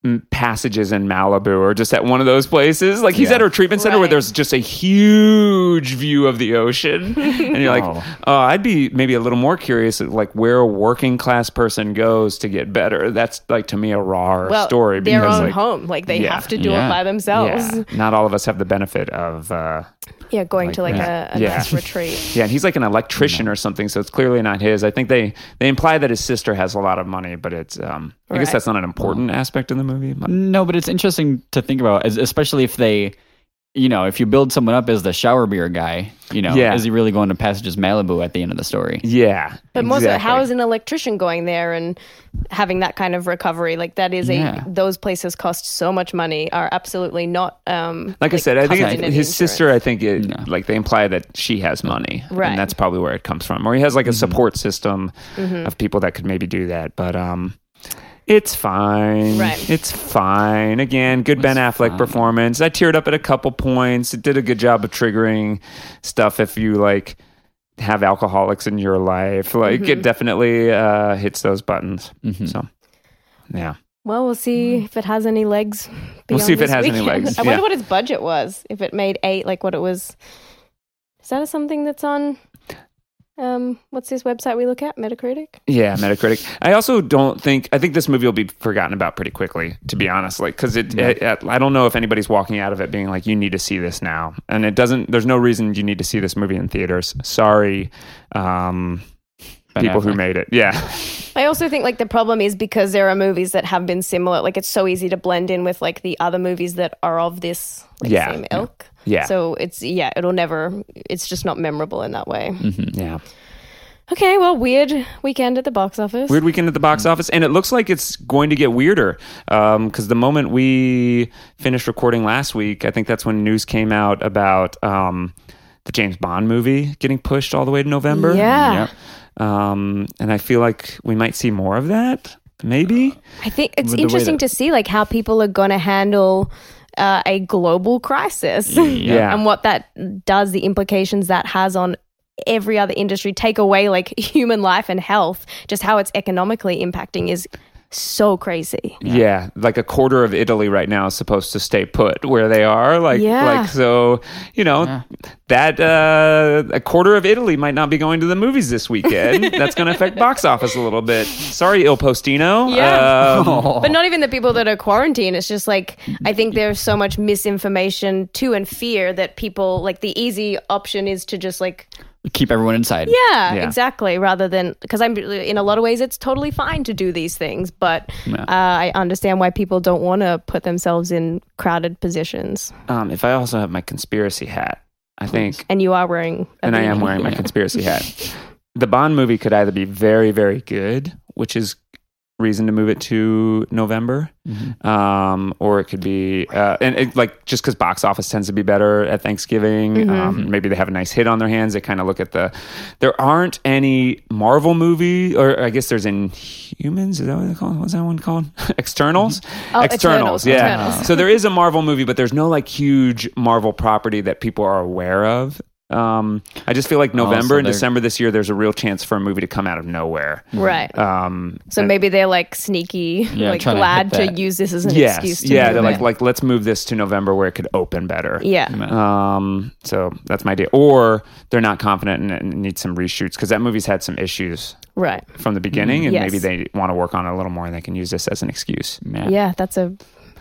[SPEAKER 1] m- passages in Malibu or just at one of those places. Like he's
[SPEAKER 3] Yeah.
[SPEAKER 1] at a treatment center where
[SPEAKER 2] Right.
[SPEAKER 1] there's just a huge view of the
[SPEAKER 2] [laughs]
[SPEAKER 1] ocean, and you're like,
[SPEAKER 3] Oh.
[SPEAKER 1] oh, I'd be maybe a little more curious at like where a working class person goes to get better. That's like to me a raw
[SPEAKER 2] Well,
[SPEAKER 1] story
[SPEAKER 2] their
[SPEAKER 1] because
[SPEAKER 2] own
[SPEAKER 1] like.
[SPEAKER 2] home, like they
[SPEAKER 1] Yeah.
[SPEAKER 2] have to do it
[SPEAKER 3] Yeah.
[SPEAKER 2] by themselves.
[SPEAKER 1] Yeah, not all of us have the benefit of. Uh,
[SPEAKER 2] Yeah, going to like
[SPEAKER 1] yeah.
[SPEAKER 2] a, a
[SPEAKER 1] Yeah.
[SPEAKER 2] nice retreat.
[SPEAKER 1] yeah, and he's like an electrician or something, so it's clearly not his. I think they they imply that his sister has a lot of money, but it's. Um, I guess
[SPEAKER 2] Right.
[SPEAKER 1] that's not an important aspect in the movie. But-
[SPEAKER 3] No, but it's interesting to think about, es- especially if they, you know, if you build someone up as the shower beer guy, you know,
[SPEAKER 1] Yeah.
[SPEAKER 3] is he really going to Passages Malibu at the end of the story?
[SPEAKER 1] Yeah,
[SPEAKER 2] But more so,
[SPEAKER 1] exactly.
[SPEAKER 2] how is an electrician going there and having that kind of recovery? Like that is
[SPEAKER 3] Yeah.
[SPEAKER 2] a those places cost so much money are absolutely not. Um,
[SPEAKER 1] Like, I said, I think
[SPEAKER 2] covered
[SPEAKER 1] it's-
[SPEAKER 2] in
[SPEAKER 1] his
[SPEAKER 2] insurance.
[SPEAKER 1] sister. I think it,
[SPEAKER 3] No.
[SPEAKER 1] like they imply that she has money,
[SPEAKER 2] Right.
[SPEAKER 1] and that's probably where it comes from. Or he has like a
[SPEAKER 3] Mm-hmm.
[SPEAKER 1] support system
[SPEAKER 2] Mm-hmm.
[SPEAKER 1] of people that could maybe do that. But um, it's fine.
[SPEAKER 2] Right.
[SPEAKER 1] It's fine. Again, good Ben
[SPEAKER 3] It's
[SPEAKER 1] Affleck
[SPEAKER 3] fine.
[SPEAKER 1] performance. I teared up at a couple points. It did a good job of triggering stuff. If you like have alcoholics in your life, like
[SPEAKER 2] Mm-hmm.
[SPEAKER 1] it definitely uh, hits those buttons.
[SPEAKER 3] Mhm.
[SPEAKER 1] So, yeah.
[SPEAKER 2] Well, we'll see if it has any legs.
[SPEAKER 1] We'll see if
[SPEAKER 2] beyond
[SPEAKER 1] it
[SPEAKER 2] this
[SPEAKER 1] has any
[SPEAKER 2] weekend.
[SPEAKER 1] legs,
[SPEAKER 2] [laughs] I wonder
[SPEAKER 1] yeah.
[SPEAKER 2] what his budget was. If it made eight, like what it was. Is that something that's on? Um, what's this website we look at? Metacritic.
[SPEAKER 1] Yeah, Metacritic. I also don't think I think this movie will be forgotten about pretty quickly, to be honest. Like, because it, I, I don't know if anybody's walking out of it being like, "You need to see this now," and it doesn't. There's no reason you need to see this movie in theaters. Sorry, um,
[SPEAKER 3] Ben
[SPEAKER 1] people who
[SPEAKER 3] Affleck.
[SPEAKER 1] made it. Yeah,
[SPEAKER 3] [laughs]
[SPEAKER 2] I also think like the problem is because there are movies that have been similar. Like it's so easy to blend in with like the other movies that are of this like,
[SPEAKER 1] Yeah.
[SPEAKER 2] same ilk.
[SPEAKER 1] yeah,
[SPEAKER 2] So it's yeah, it'll never. It's just not memorable in that way.
[SPEAKER 1] yeah.
[SPEAKER 2] Okay, well, weird weekend at the box office.
[SPEAKER 1] Weird weekend at the box office, and it looks like it's going to get weirder. Because the moment we finished recording last week, I think that's when news came out about um, the James Bond movie getting pushed all the way to November.
[SPEAKER 2] Yeah,
[SPEAKER 3] Yep.
[SPEAKER 1] um, and I feel like we might see more of that. Maybe
[SPEAKER 2] I think it's
[SPEAKER 3] With the way
[SPEAKER 2] interesting
[SPEAKER 3] that-
[SPEAKER 2] to see like how people are going to handle uh, a global crisis. [laughs]
[SPEAKER 1] Yeah.
[SPEAKER 2] and what that does, the implications that has on every other industry, take away like [laughs] human life and health, just how it's economically impacting is so crazy.
[SPEAKER 1] yeah. like a quarter of Italy right now is supposed to stay put where they are. Like,
[SPEAKER 2] Yeah.
[SPEAKER 1] like so, you know, that uh, a quarter of Italy might not be going to the movies this [laughs] weekend. That's going to affect box office a little bit. Sorry, Il Postino.
[SPEAKER 2] Yeah.
[SPEAKER 1] Um,
[SPEAKER 2] But not even the people that are quarantined. It's just like I think there's so much misinformation to and fear that people like the easy option is to just like
[SPEAKER 3] Keep everyone inside.
[SPEAKER 2] yeah,
[SPEAKER 1] Yeah.
[SPEAKER 2] exactly rather than because I'm in a lot of ways it's totally fine to do these things, but uh, I understand why people don't want to put themselves in crowded positions.
[SPEAKER 1] um, if I also have my conspiracy hat, I think
[SPEAKER 2] And you are wearing a
[SPEAKER 1] and I am
[SPEAKER 2] beanie.
[SPEAKER 1] wearing my conspiracy hat. The Bond movie could either be very, very good, which is reason to move it to November,
[SPEAKER 2] Mm-hmm.
[SPEAKER 1] um, or it could be, uh, and it, like just because box office tends to be better at Thanksgiving.
[SPEAKER 2] Mm-hmm.
[SPEAKER 1] Um, maybe they have a nice hit on their hands. They kind of look at the. There aren't any Marvel movie, or I guess there's Inhumans. Is that what they call? What's that one called? [laughs] Externals.
[SPEAKER 2] Oh, Eternals,
[SPEAKER 1] Externals. Yeah.
[SPEAKER 2] Eternals.
[SPEAKER 1] So there is a Marvel movie, but there's no like huge Marvel property that people are aware of. Um, I just feel like
[SPEAKER 2] Oh,
[SPEAKER 1] November and
[SPEAKER 3] they're-
[SPEAKER 1] December this year, there's a real chance for a movie to come out of nowhere.
[SPEAKER 2] [laughs] Right.
[SPEAKER 1] Um,
[SPEAKER 2] so maybe they're like sneaky,
[SPEAKER 3] Yeah,
[SPEAKER 2] like
[SPEAKER 3] trying to
[SPEAKER 2] glad
[SPEAKER 3] hit
[SPEAKER 2] to,
[SPEAKER 3] that.
[SPEAKER 2] use this as an excuse
[SPEAKER 1] yes,
[SPEAKER 2] to
[SPEAKER 1] yeah,
[SPEAKER 2] do
[SPEAKER 1] they're like
[SPEAKER 2] it.
[SPEAKER 1] like let's move this to November where it could open better.
[SPEAKER 2] yeah.
[SPEAKER 1] Um, so that's my idea. Or they're not confident and, and need some reshoots because that movie's had some issues
[SPEAKER 2] Right.
[SPEAKER 1] from the beginning, and
[SPEAKER 2] Mm-hmm. Yes.
[SPEAKER 1] maybe they want to work on it a little more and they can use this as an excuse.
[SPEAKER 3] Yeah.
[SPEAKER 2] Yeah, that's a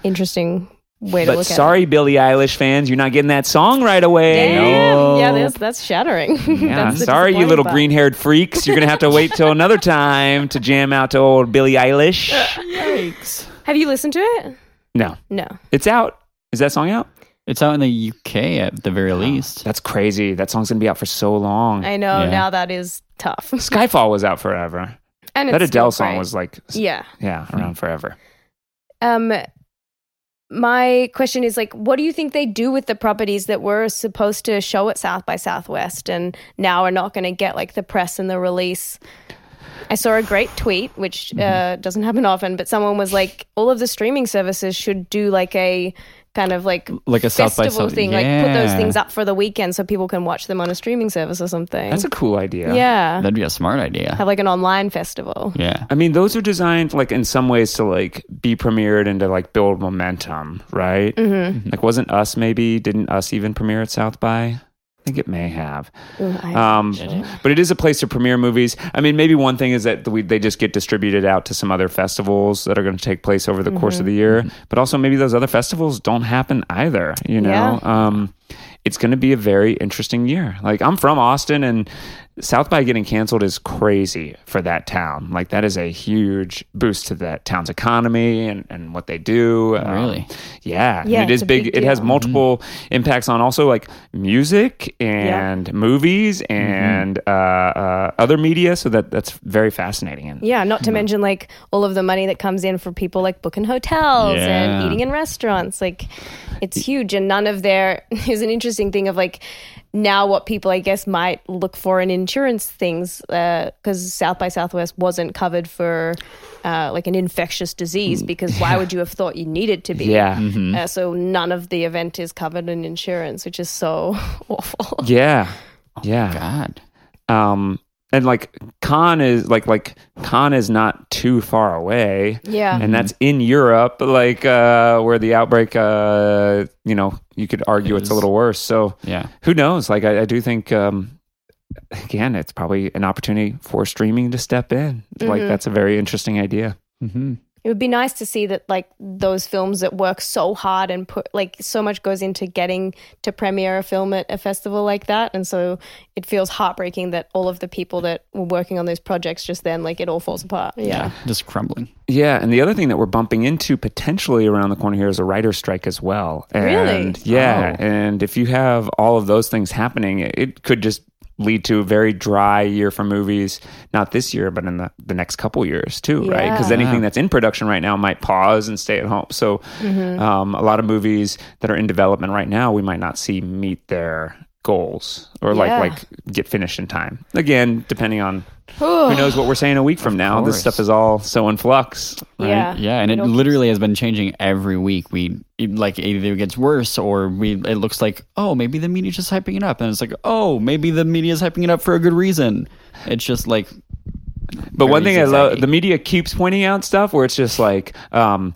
[SPEAKER 2] interesting way to
[SPEAKER 1] But
[SPEAKER 2] look
[SPEAKER 1] sorry, Billie Eilish fans, you're not getting that song right
[SPEAKER 2] at
[SPEAKER 1] away.
[SPEAKER 2] it.
[SPEAKER 1] No.
[SPEAKER 2] Yeah, that's, that's shattering. [laughs]
[SPEAKER 1] Yeah,
[SPEAKER 2] That's the
[SPEAKER 1] sorry, you
[SPEAKER 2] disappointing
[SPEAKER 1] little
[SPEAKER 2] part.
[SPEAKER 1] green haired freaks. You're going to have to wait till
[SPEAKER 2] [laughs]
[SPEAKER 1] another time to jam out to old Billie Eilish.
[SPEAKER 3] Yikes.
[SPEAKER 2] Have you listened to it?
[SPEAKER 1] No,
[SPEAKER 2] No.
[SPEAKER 1] it's out. Is that song out?
[SPEAKER 3] It's out in the UK at the very least.
[SPEAKER 1] That's crazy. That song's going to be out for so long.
[SPEAKER 2] I know.
[SPEAKER 3] Yeah.
[SPEAKER 2] Now that is tough. [laughs]
[SPEAKER 1] Skyfall was out forever.
[SPEAKER 2] and
[SPEAKER 1] that
[SPEAKER 2] it's
[SPEAKER 1] Adele
[SPEAKER 2] still
[SPEAKER 1] song
[SPEAKER 2] great.
[SPEAKER 1] was like, s-
[SPEAKER 2] Yeah.
[SPEAKER 1] yeah, around forever.
[SPEAKER 2] Um, my question is like, what do you think they do with the properties that were supposed to show at South by Southwest and now are not going to get like the press and the release? I saw a great tweet, which uh, doesn't happen often, but someone was like, all of the streaming services should do like a kind of like
[SPEAKER 3] Like a South by
[SPEAKER 2] festival
[SPEAKER 3] South
[SPEAKER 2] thing, like put those things up for the weekend so people can watch them on a streaming service or something.
[SPEAKER 1] That's a cool idea.
[SPEAKER 2] yeah.
[SPEAKER 3] That'd be a smart idea.
[SPEAKER 2] Have like an online festival.
[SPEAKER 3] yeah.
[SPEAKER 1] I mean, those are designed like in some ways to like be premiered and to like build momentum, right? Mm-hmm. Like, wasn't Us maybe? Didn't Us even premiere at South by? I think it may have.
[SPEAKER 2] Ooh, I-
[SPEAKER 1] Um, but it is a place to premiere movies. I mean, maybe one thing is that we, they just get distributed out to some other festivals that are going to take place over the
[SPEAKER 2] Mm-hmm.
[SPEAKER 1] course of the year. But also, maybe those other festivals don't happen either. You know, um, it's going to be a very interesting year. Like I'm from Austin, and South by getting canceled is crazy for that town. Like that is a huge boost to that town's economy and, and what they do. Um,
[SPEAKER 3] Really?
[SPEAKER 1] yeah, and
[SPEAKER 2] Oh, Yeah,
[SPEAKER 1] it is
[SPEAKER 2] it's a
[SPEAKER 1] big.
[SPEAKER 2] big
[SPEAKER 1] it has
[SPEAKER 2] deal. Mm-hmm.
[SPEAKER 1] multiple impacts on also like music and movies
[SPEAKER 3] Mm-hmm.
[SPEAKER 1] and uh, uh, other media. So that that's very fascinating. And
[SPEAKER 2] Yeah, not to mention like all of the money that comes in for people like booking hotels and
[SPEAKER 3] Yeah.
[SPEAKER 2] eating in restaurants. Like it's huge and none of their [laughs] is an interesting thing of like now what people I guess might look for in insurance things because South by Southwest wasn't covered for uh, like an infectious disease because why would you have thought you needed to be?
[SPEAKER 1] yeah,
[SPEAKER 3] Mm-hmm.
[SPEAKER 2] Uh, so none of the event is covered in insurance, which is so [laughs] awful.
[SPEAKER 1] yeah, yeah.
[SPEAKER 3] Oh God.
[SPEAKER 1] um, and like Cannes is like like Cannes is not too far away.
[SPEAKER 2] Yeah.
[SPEAKER 1] and that's in Europe, like uh, where the outbreak. Uh, you know, you could argue it's a
[SPEAKER 3] Is.
[SPEAKER 1] little worse. So
[SPEAKER 3] Yeah.
[SPEAKER 1] who knows? Like I, I do think um, again, it's probably an opportunity for streaming to step in. Like that's a very interesting idea.
[SPEAKER 3] Mm-hmm.
[SPEAKER 2] it would be nice to see that like those films that work so hard and put like so much goes into getting to premiere a film at a festival like that and so it feels heartbreaking that all of the people that were working on those projects just then like it all falls apart yeah
[SPEAKER 3] Just crumbling.
[SPEAKER 1] Yeah, and the other thing that we're bumping into potentially around the corner here is a writer's strike as well. And,
[SPEAKER 2] Really?
[SPEAKER 1] Yeah,
[SPEAKER 3] Oh.
[SPEAKER 1] and if you have all of those things happening, it- it could just lead to a very dry year for movies. Not this year, but in the, the next couple years too, right? Because
[SPEAKER 2] Yeah.
[SPEAKER 1] anything that's in production right now might pause and stay at home. So
[SPEAKER 2] Mm-hmm.
[SPEAKER 1] um, a lot of movies that are in development right now, we might not see meet their goals or
[SPEAKER 2] Yeah.
[SPEAKER 1] like like get finished in time. Again, depending on who
[SPEAKER 2] Ooh.
[SPEAKER 1] knows what we're saying a week from now. This
[SPEAKER 3] course.
[SPEAKER 1] stuff is all so in flux. right?
[SPEAKER 2] yeah
[SPEAKER 3] Yeah, and
[SPEAKER 2] We
[SPEAKER 3] it
[SPEAKER 2] don't-
[SPEAKER 3] literally has been changing every week. We it, like it either gets worse or we it looks like oh maybe the media's just hyping it up, and it's like oh maybe the media's hyping it up for a good reason. It's just like
[SPEAKER 1] But one
[SPEAKER 3] Very
[SPEAKER 1] thing I love,
[SPEAKER 3] zigzaggy.
[SPEAKER 1] the media keeps pointing out stuff where it's just like, um,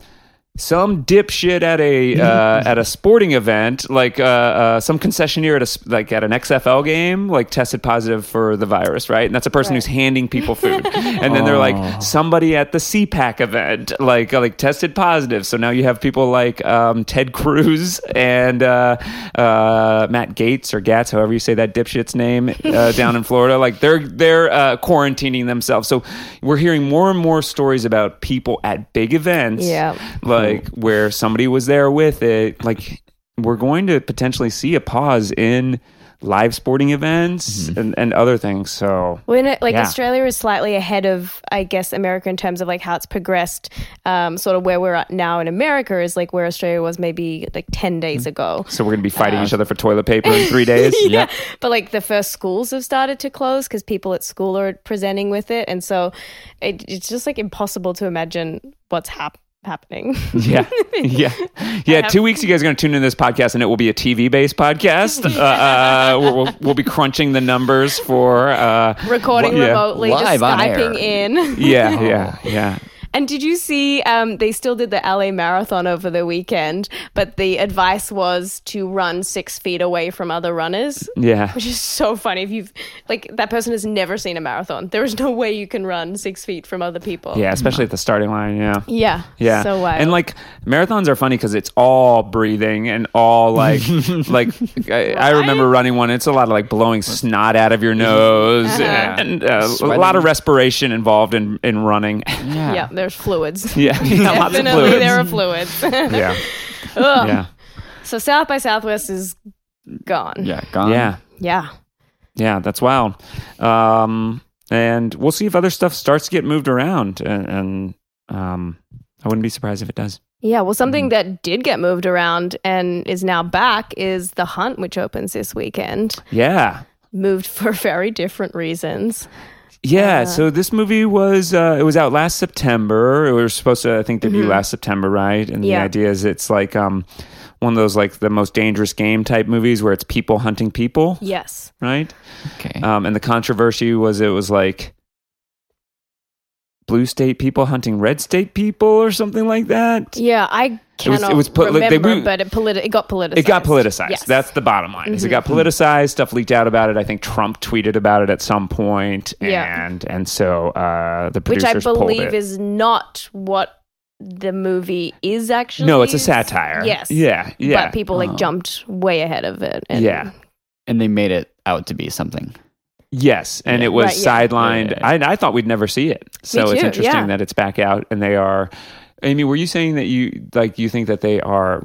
[SPEAKER 1] some dipshit at a uh, at a sporting event, like uh, uh, some concessionaire at a s- like at an XFL game, like tested positive for the virus, right? And that's a person who's handing people food, and then they're like somebody at the CPAC event, like uh, like tested positive. So now you have people like um, Ted Cruz and uh, uh, Matt Gates or Gatz, however you say that dipshit's name uh, down in Florida, like they're they're uh, quarantining themselves. So we're hearing more and more stories about people at big events
[SPEAKER 2] Yeah.
[SPEAKER 1] like where somebody was there with it like we're going to potentially see a pause in live sporting events and, and other things so
[SPEAKER 2] When it, like
[SPEAKER 1] Yeah.
[SPEAKER 2] Australia is slightly ahead of, I guess, America in terms of like how it's progressed. Um, sort of where we're at now in America is like where Australia was maybe like ten days
[SPEAKER 3] Mm-hmm.
[SPEAKER 2] ago.
[SPEAKER 1] so we're going to be fighting each other for toilet paper in three days
[SPEAKER 3] yeah,
[SPEAKER 2] [laughs] But like the first schools have started to close because people at school are presenting with it, and so it, it's just like impossible to imagine what's hap- happening. [laughs]
[SPEAKER 1] yeah yeah yeah two weeks you guys are going to tune in this podcast and it will be a tv based podcast uh, uh, we'll, we'll, we'll be crunching the numbers for uh,
[SPEAKER 2] Recording
[SPEAKER 1] what- yeah.
[SPEAKER 2] remotely,
[SPEAKER 3] Live
[SPEAKER 2] just
[SPEAKER 3] on
[SPEAKER 2] skyping
[SPEAKER 3] air.
[SPEAKER 2] in. [laughs]
[SPEAKER 1] yeah yeah yeah
[SPEAKER 2] And did you see um, they still did the LA marathon over the weekend, but the advice was to run six feet away from other runners?
[SPEAKER 1] Yeah.
[SPEAKER 2] Which is so funny. If you've, like, that person has never seen a marathon, there is no way you can run six feet from other people.
[SPEAKER 1] Yeah, especially at the starting line. Yeah.
[SPEAKER 2] Yeah.
[SPEAKER 1] Yeah.
[SPEAKER 2] So wild.
[SPEAKER 1] And like marathons are funny because it's all breathing and all
[SPEAKER 2] [laughs]
[SPEAKER 1] like, like I, I remember running one. It's a lot of like blowing snot out of your nose
[SPEAKER 2] Uh-huh.
[SPEAKER 1] and, and uh, a lot of respiration involved in, in
[SPEAKER 2] [laughs]
[SPEAKER 1] running. [laughs]
[SPEAKER 2] yeah.
[SPEAKER 3] Yeah.
[SPEAKER 2] there's fluids.
[SPEAKER 1] yeah. yeah lots of
[SPEAKER 2] Definitely
[SPEAKER 1] fluids.
[SPEAKER 2] there are
[SPEAKER 1] [laughs]
[SPEAKER 2] fluids.
[SPEAKER 1] Yeah.
[SPEAKER 2] [laughs] Ugh.
[SPEAKER 1] Yeah.
[SPEAKER 2] So South by Southwest is gone.
[SPEAKER 3] Yeah, gone.
[SPEAKER 1] Yeah.
[SPEAKER 2] Yeah.
[SPEAKER 1] Yeah. That's wild. Um, and we'll see if other stuff starts to get moved around. And, and um, I wouldn't be surprised if it does.
[SPEAKER 2] Yeah, well, something
[SPEAKER 1] Mm-hmm.
[SPEAKER 2] that did get moved around and is now back is The Hunt, which opens this weekend.
[SPEAKER 1] Yeah.
[SPEAKER 2] Moved for [laughs] very different reasons.
[SPEAKER 1] Yeah, so this movie was uh, it was out last September. It was supposed to I think debut last September, right? And
[SPEAKER 2] Mm-hmm. Yeah.
[SPEAKER 1] the idea is it's like um one of those like the most dangerous game type movies where it's people hunting people,
[SPEAKER 2] Yes.
[SPEAKER 1] right?
[SPEAKER 3] Okay.
[SPEAKER 1] Um and the controversy was it was like blue state people hunting red state people or something like that.
[SPEAKER 2] Yeah, I
[SPEAKER 1] It was-
[SPEAKER 2] cannot
[SPEAKER 1] it was put- like,
[SPEAKER 2] remember,
[SPEAKER 1] they moved-
[SPEAKER 2] but it, politi- it got politicized.
[SPEAKER 1] It got politicized.
[SPEAKER 2] Yes. Mm-hmm.
[SPEAKER 1] That's the bottom line. Is it got politicized? Stuff leaked out about it. I think Trump tweeted about it at some point,
[SPEAKER 2] Yeah.
[SPEAKER 1] and and so uh, the
[SPEAKER 2] which
[SPEAKER 1] producers
[SPEAKER 2] I
[SPEAKER 1] pulled
[SPEAKER 2] believe
[SPEAKER 1] it.
[SPEAKER 2] is not what the movie is actually.
[SPEAKER 1] No, it's a satire.
[SPEAKER 2] Yes.
[SPEAKER 1] Yeah. Yeah. Uh-huh.
[SPEAKER 2] But people like jumped way ahead of it. And
[SPEAKER 1] yeah.
[SPEAKER 3] And they made it out to be something.
[SPEAKER 1] Yes, and it was
[SPEAKER 2] Right, yeah.
[SPEAKER 1] sidelined.
[SPEAKER 3] Yeah.
[SPEAKER 1] I, I thought we'd never see it. So
[SPEAKER 2] Me
[SPEAKER 1] it's
[SPEAKER 2] too,
[SPEAKER 1] interesting
[SPEAKER 2] yeah.
[SPEAKER 1] that it's back out, and they are. Amy, were you saying that you like you think that they are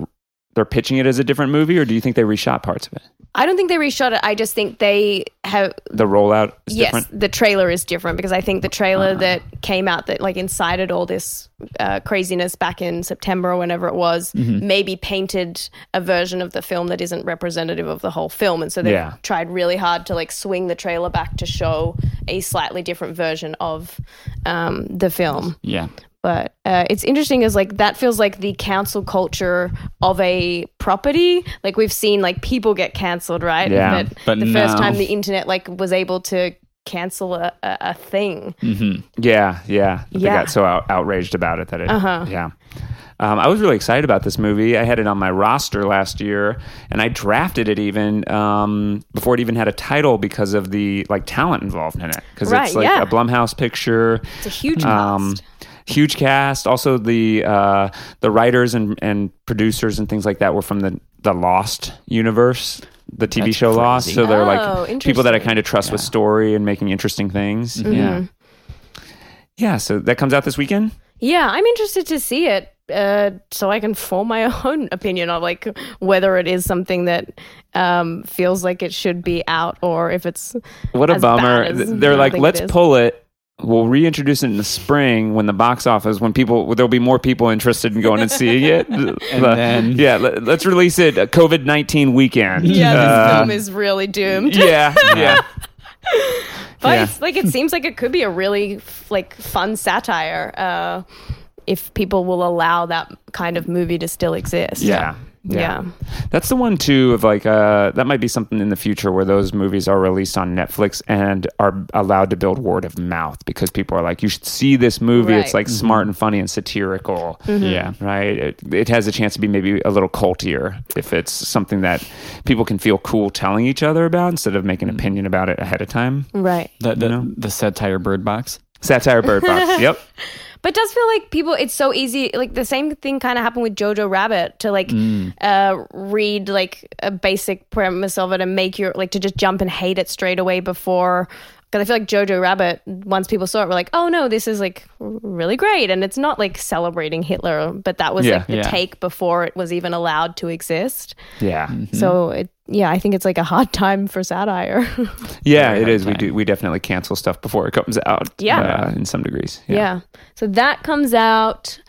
[SPEAKER 1] they're pitching it as a different movie, or do you think they reshot parts of it?
[SPEAKER 2] I don't think they reshot it. I just think they have
[SPEAKER 1] The rollout is
[SPEAKER 2] yes,
[SPEAKER 1] different. Uh-huh.
[SPEAKER 2] the trailer is different because I think the trailer that came out that like incited all this uh, craziness back in September or whenever it was,
[SPEAKER 1] Mm-hmm.
[SPEAKER 2] maybe painted a version of the film that isn't representative of the whole film, and so they
[SPEAKER 1] Yeah.
[SPEAKER 2] have tried really hard to like swing the trailer back to show a slightly different version of um, the film
[SPEAKER 3] Yeah.
[SPEAKER 2] but uh, it's interesting is like that feels like the cancel culture of a property like we've seen like people get canceled right
[SPEAKER 1] Yeah,
[SPEAKER 2] but,
[SPEAKER 3] but
[SPEAKER 2] the first
[SPEAKER 3] no.
[SPEAKER 2] time the internet like was able to cancel a, a, a thing
[SPEAKER 1] Mm. Yeah, yeah. They
[SPEAKER 2] Yeah. Uh-huh.
[SPEAKER 1] got so out, outraged about it that it. Yeah. Um, I was really excited about this movie. I had it on my roster last year, and I drafted it even um, before it even had a title because of the like talent involved in it. Because
[SPEAKER 2] Right,
[SPEAKER 1] it's like
[SPEAKER 2] yeah.
[SPEAKER 1] a Blumhouse picture.
[SPEAKER 2] it's a huge
[SPEAKER 1] Um,
[SPEAKER 2] cost
[SPEAKER 1] huge cast. Also, the uh, the writers and, and producers and things like that were from the the Lost universe, the TV
[SPEAKER 3] That's
[SPEAKER 1] show Lost.
[SPEAKER 3] crazy.
[SPEAKER 1] So they're
[SPEAKER 2] Oh,
[SPEAKER 1] like people that I
[SPEAKER 2] interesting.
[SPEAKER 1] kind of trust with story and making interesting things.
[SPEAKER 3] Mm-hmm.
[SPEAKER 1] Yeah, yeah. So that comes out this weekend.
[SPEAKER 2] yeah i'm interested to see it uh, so i can form my [laughs] own opinion of like whether it is something that um, feels like it should be out or if it's
[SPEAKER 1] What a
[SPEAKER 2] as bad
[SPEAKER 1] bummer!
[SPEAKER 2] as
[SPEAKER 1] Th-
[SPEAKER 2] I
[SPEAKER 1] they're like,
[SPEAKER 2] think it
[SPEAKER 1] let's
[SPEAKER 2] is."
[SPEAKER 1] pull it. We'll reintroduce it in the spring when the box office, when people, there'll be more people interested in going and seeing
[SPEAKER 2] [laughs]
[SPEAKER 1] it. and
[SPEAKER 3] then-
[SPEAKER 1] yeah, let, us release it uh, COVID 19 weekend.
[SPEAKER 2] yeah this
[SPEAKER 1] Uh,
[SPEAKER 2] film is really
[SPEAKER 1] [laughs]
[SPEAKER 2] doomed
[SPEAKER 1] yeah,
[SPEAKER 3] [laughs]
[SPEAKER 1] yeah.
[SPEAKER 2] But
[SPEAKER 1] Yeah.
[SPEAKER 2] it's like
[SPEAKER 1] [laughs]
[SPEAKER 2] it seems like it could be a really f- like fun satire uh, if people will allow that kind of movie to still exist.
[SPEAKER 1] Yeah.
[SPEAKER 2] Yeah.
[SPEAKER 1] That's the one too of like uh that might be something in the future where those movies are released on Netflix and are allowed to build word of mouth because people are like you should see this movie it's like
[SPEAKER 2] Right. Mm-hmm.
[SPEAKER 1] smart and funny and satirical.
[SPEAKER 3] Yeah.
[SPEAKER 1] Right? It, it has a chance to be maybe a little cultier if it's something that people can feel cool telling each other about instead of
[SPEAKER 2] Mm-hmm.
[SPEAKER 1] making an opinion about it ahead of time.
[SPEAKER 2] Right.
[SPEAKER 3] The the,
[SPEAKER 1] No.
[SPEAKER 3] the satire bird box.
[SPEAKER 1] Satire Bird
[SPEAKER 2] [laughs]
[SPEAKER 1] Box. yep.
[SPEAKER 2] But it does feel like people, it's so easy. Like the same thing kind of happened with Jojo Rabbit to like uh, read like a basic premise of it and make your, like to just jump and hate it straight away before. Because I feel like Jojo Rabbit, once people saw it, were like, oh no, this is like really great. And it's not like celebrating Hitler, but that was
[SPEAKER 1] Yeah.
[SPEAKER 2] like the
[SPEAKER 3] Yeah.
[SPEAKER 2] take before it was even allowed to exist.
[SPEAKER 1] Yeah.
[SPEAKER 2] So it, yeah, I think it's like a hard [laughs] time for satire. [laughs]
[SPEAKER 1] Yeah, it
[SPEAKER 3] hard
[SPEAKER 1] is. We
[SPEAKER 3] time.
[SPEAKER 1] do we definitely cancel stuff before it comes out.
[SPEAKER 2] Yeah.
[SPEAKER 1] Uh, in some degrees.
[SPEAKER 2] yeah. So that comes out.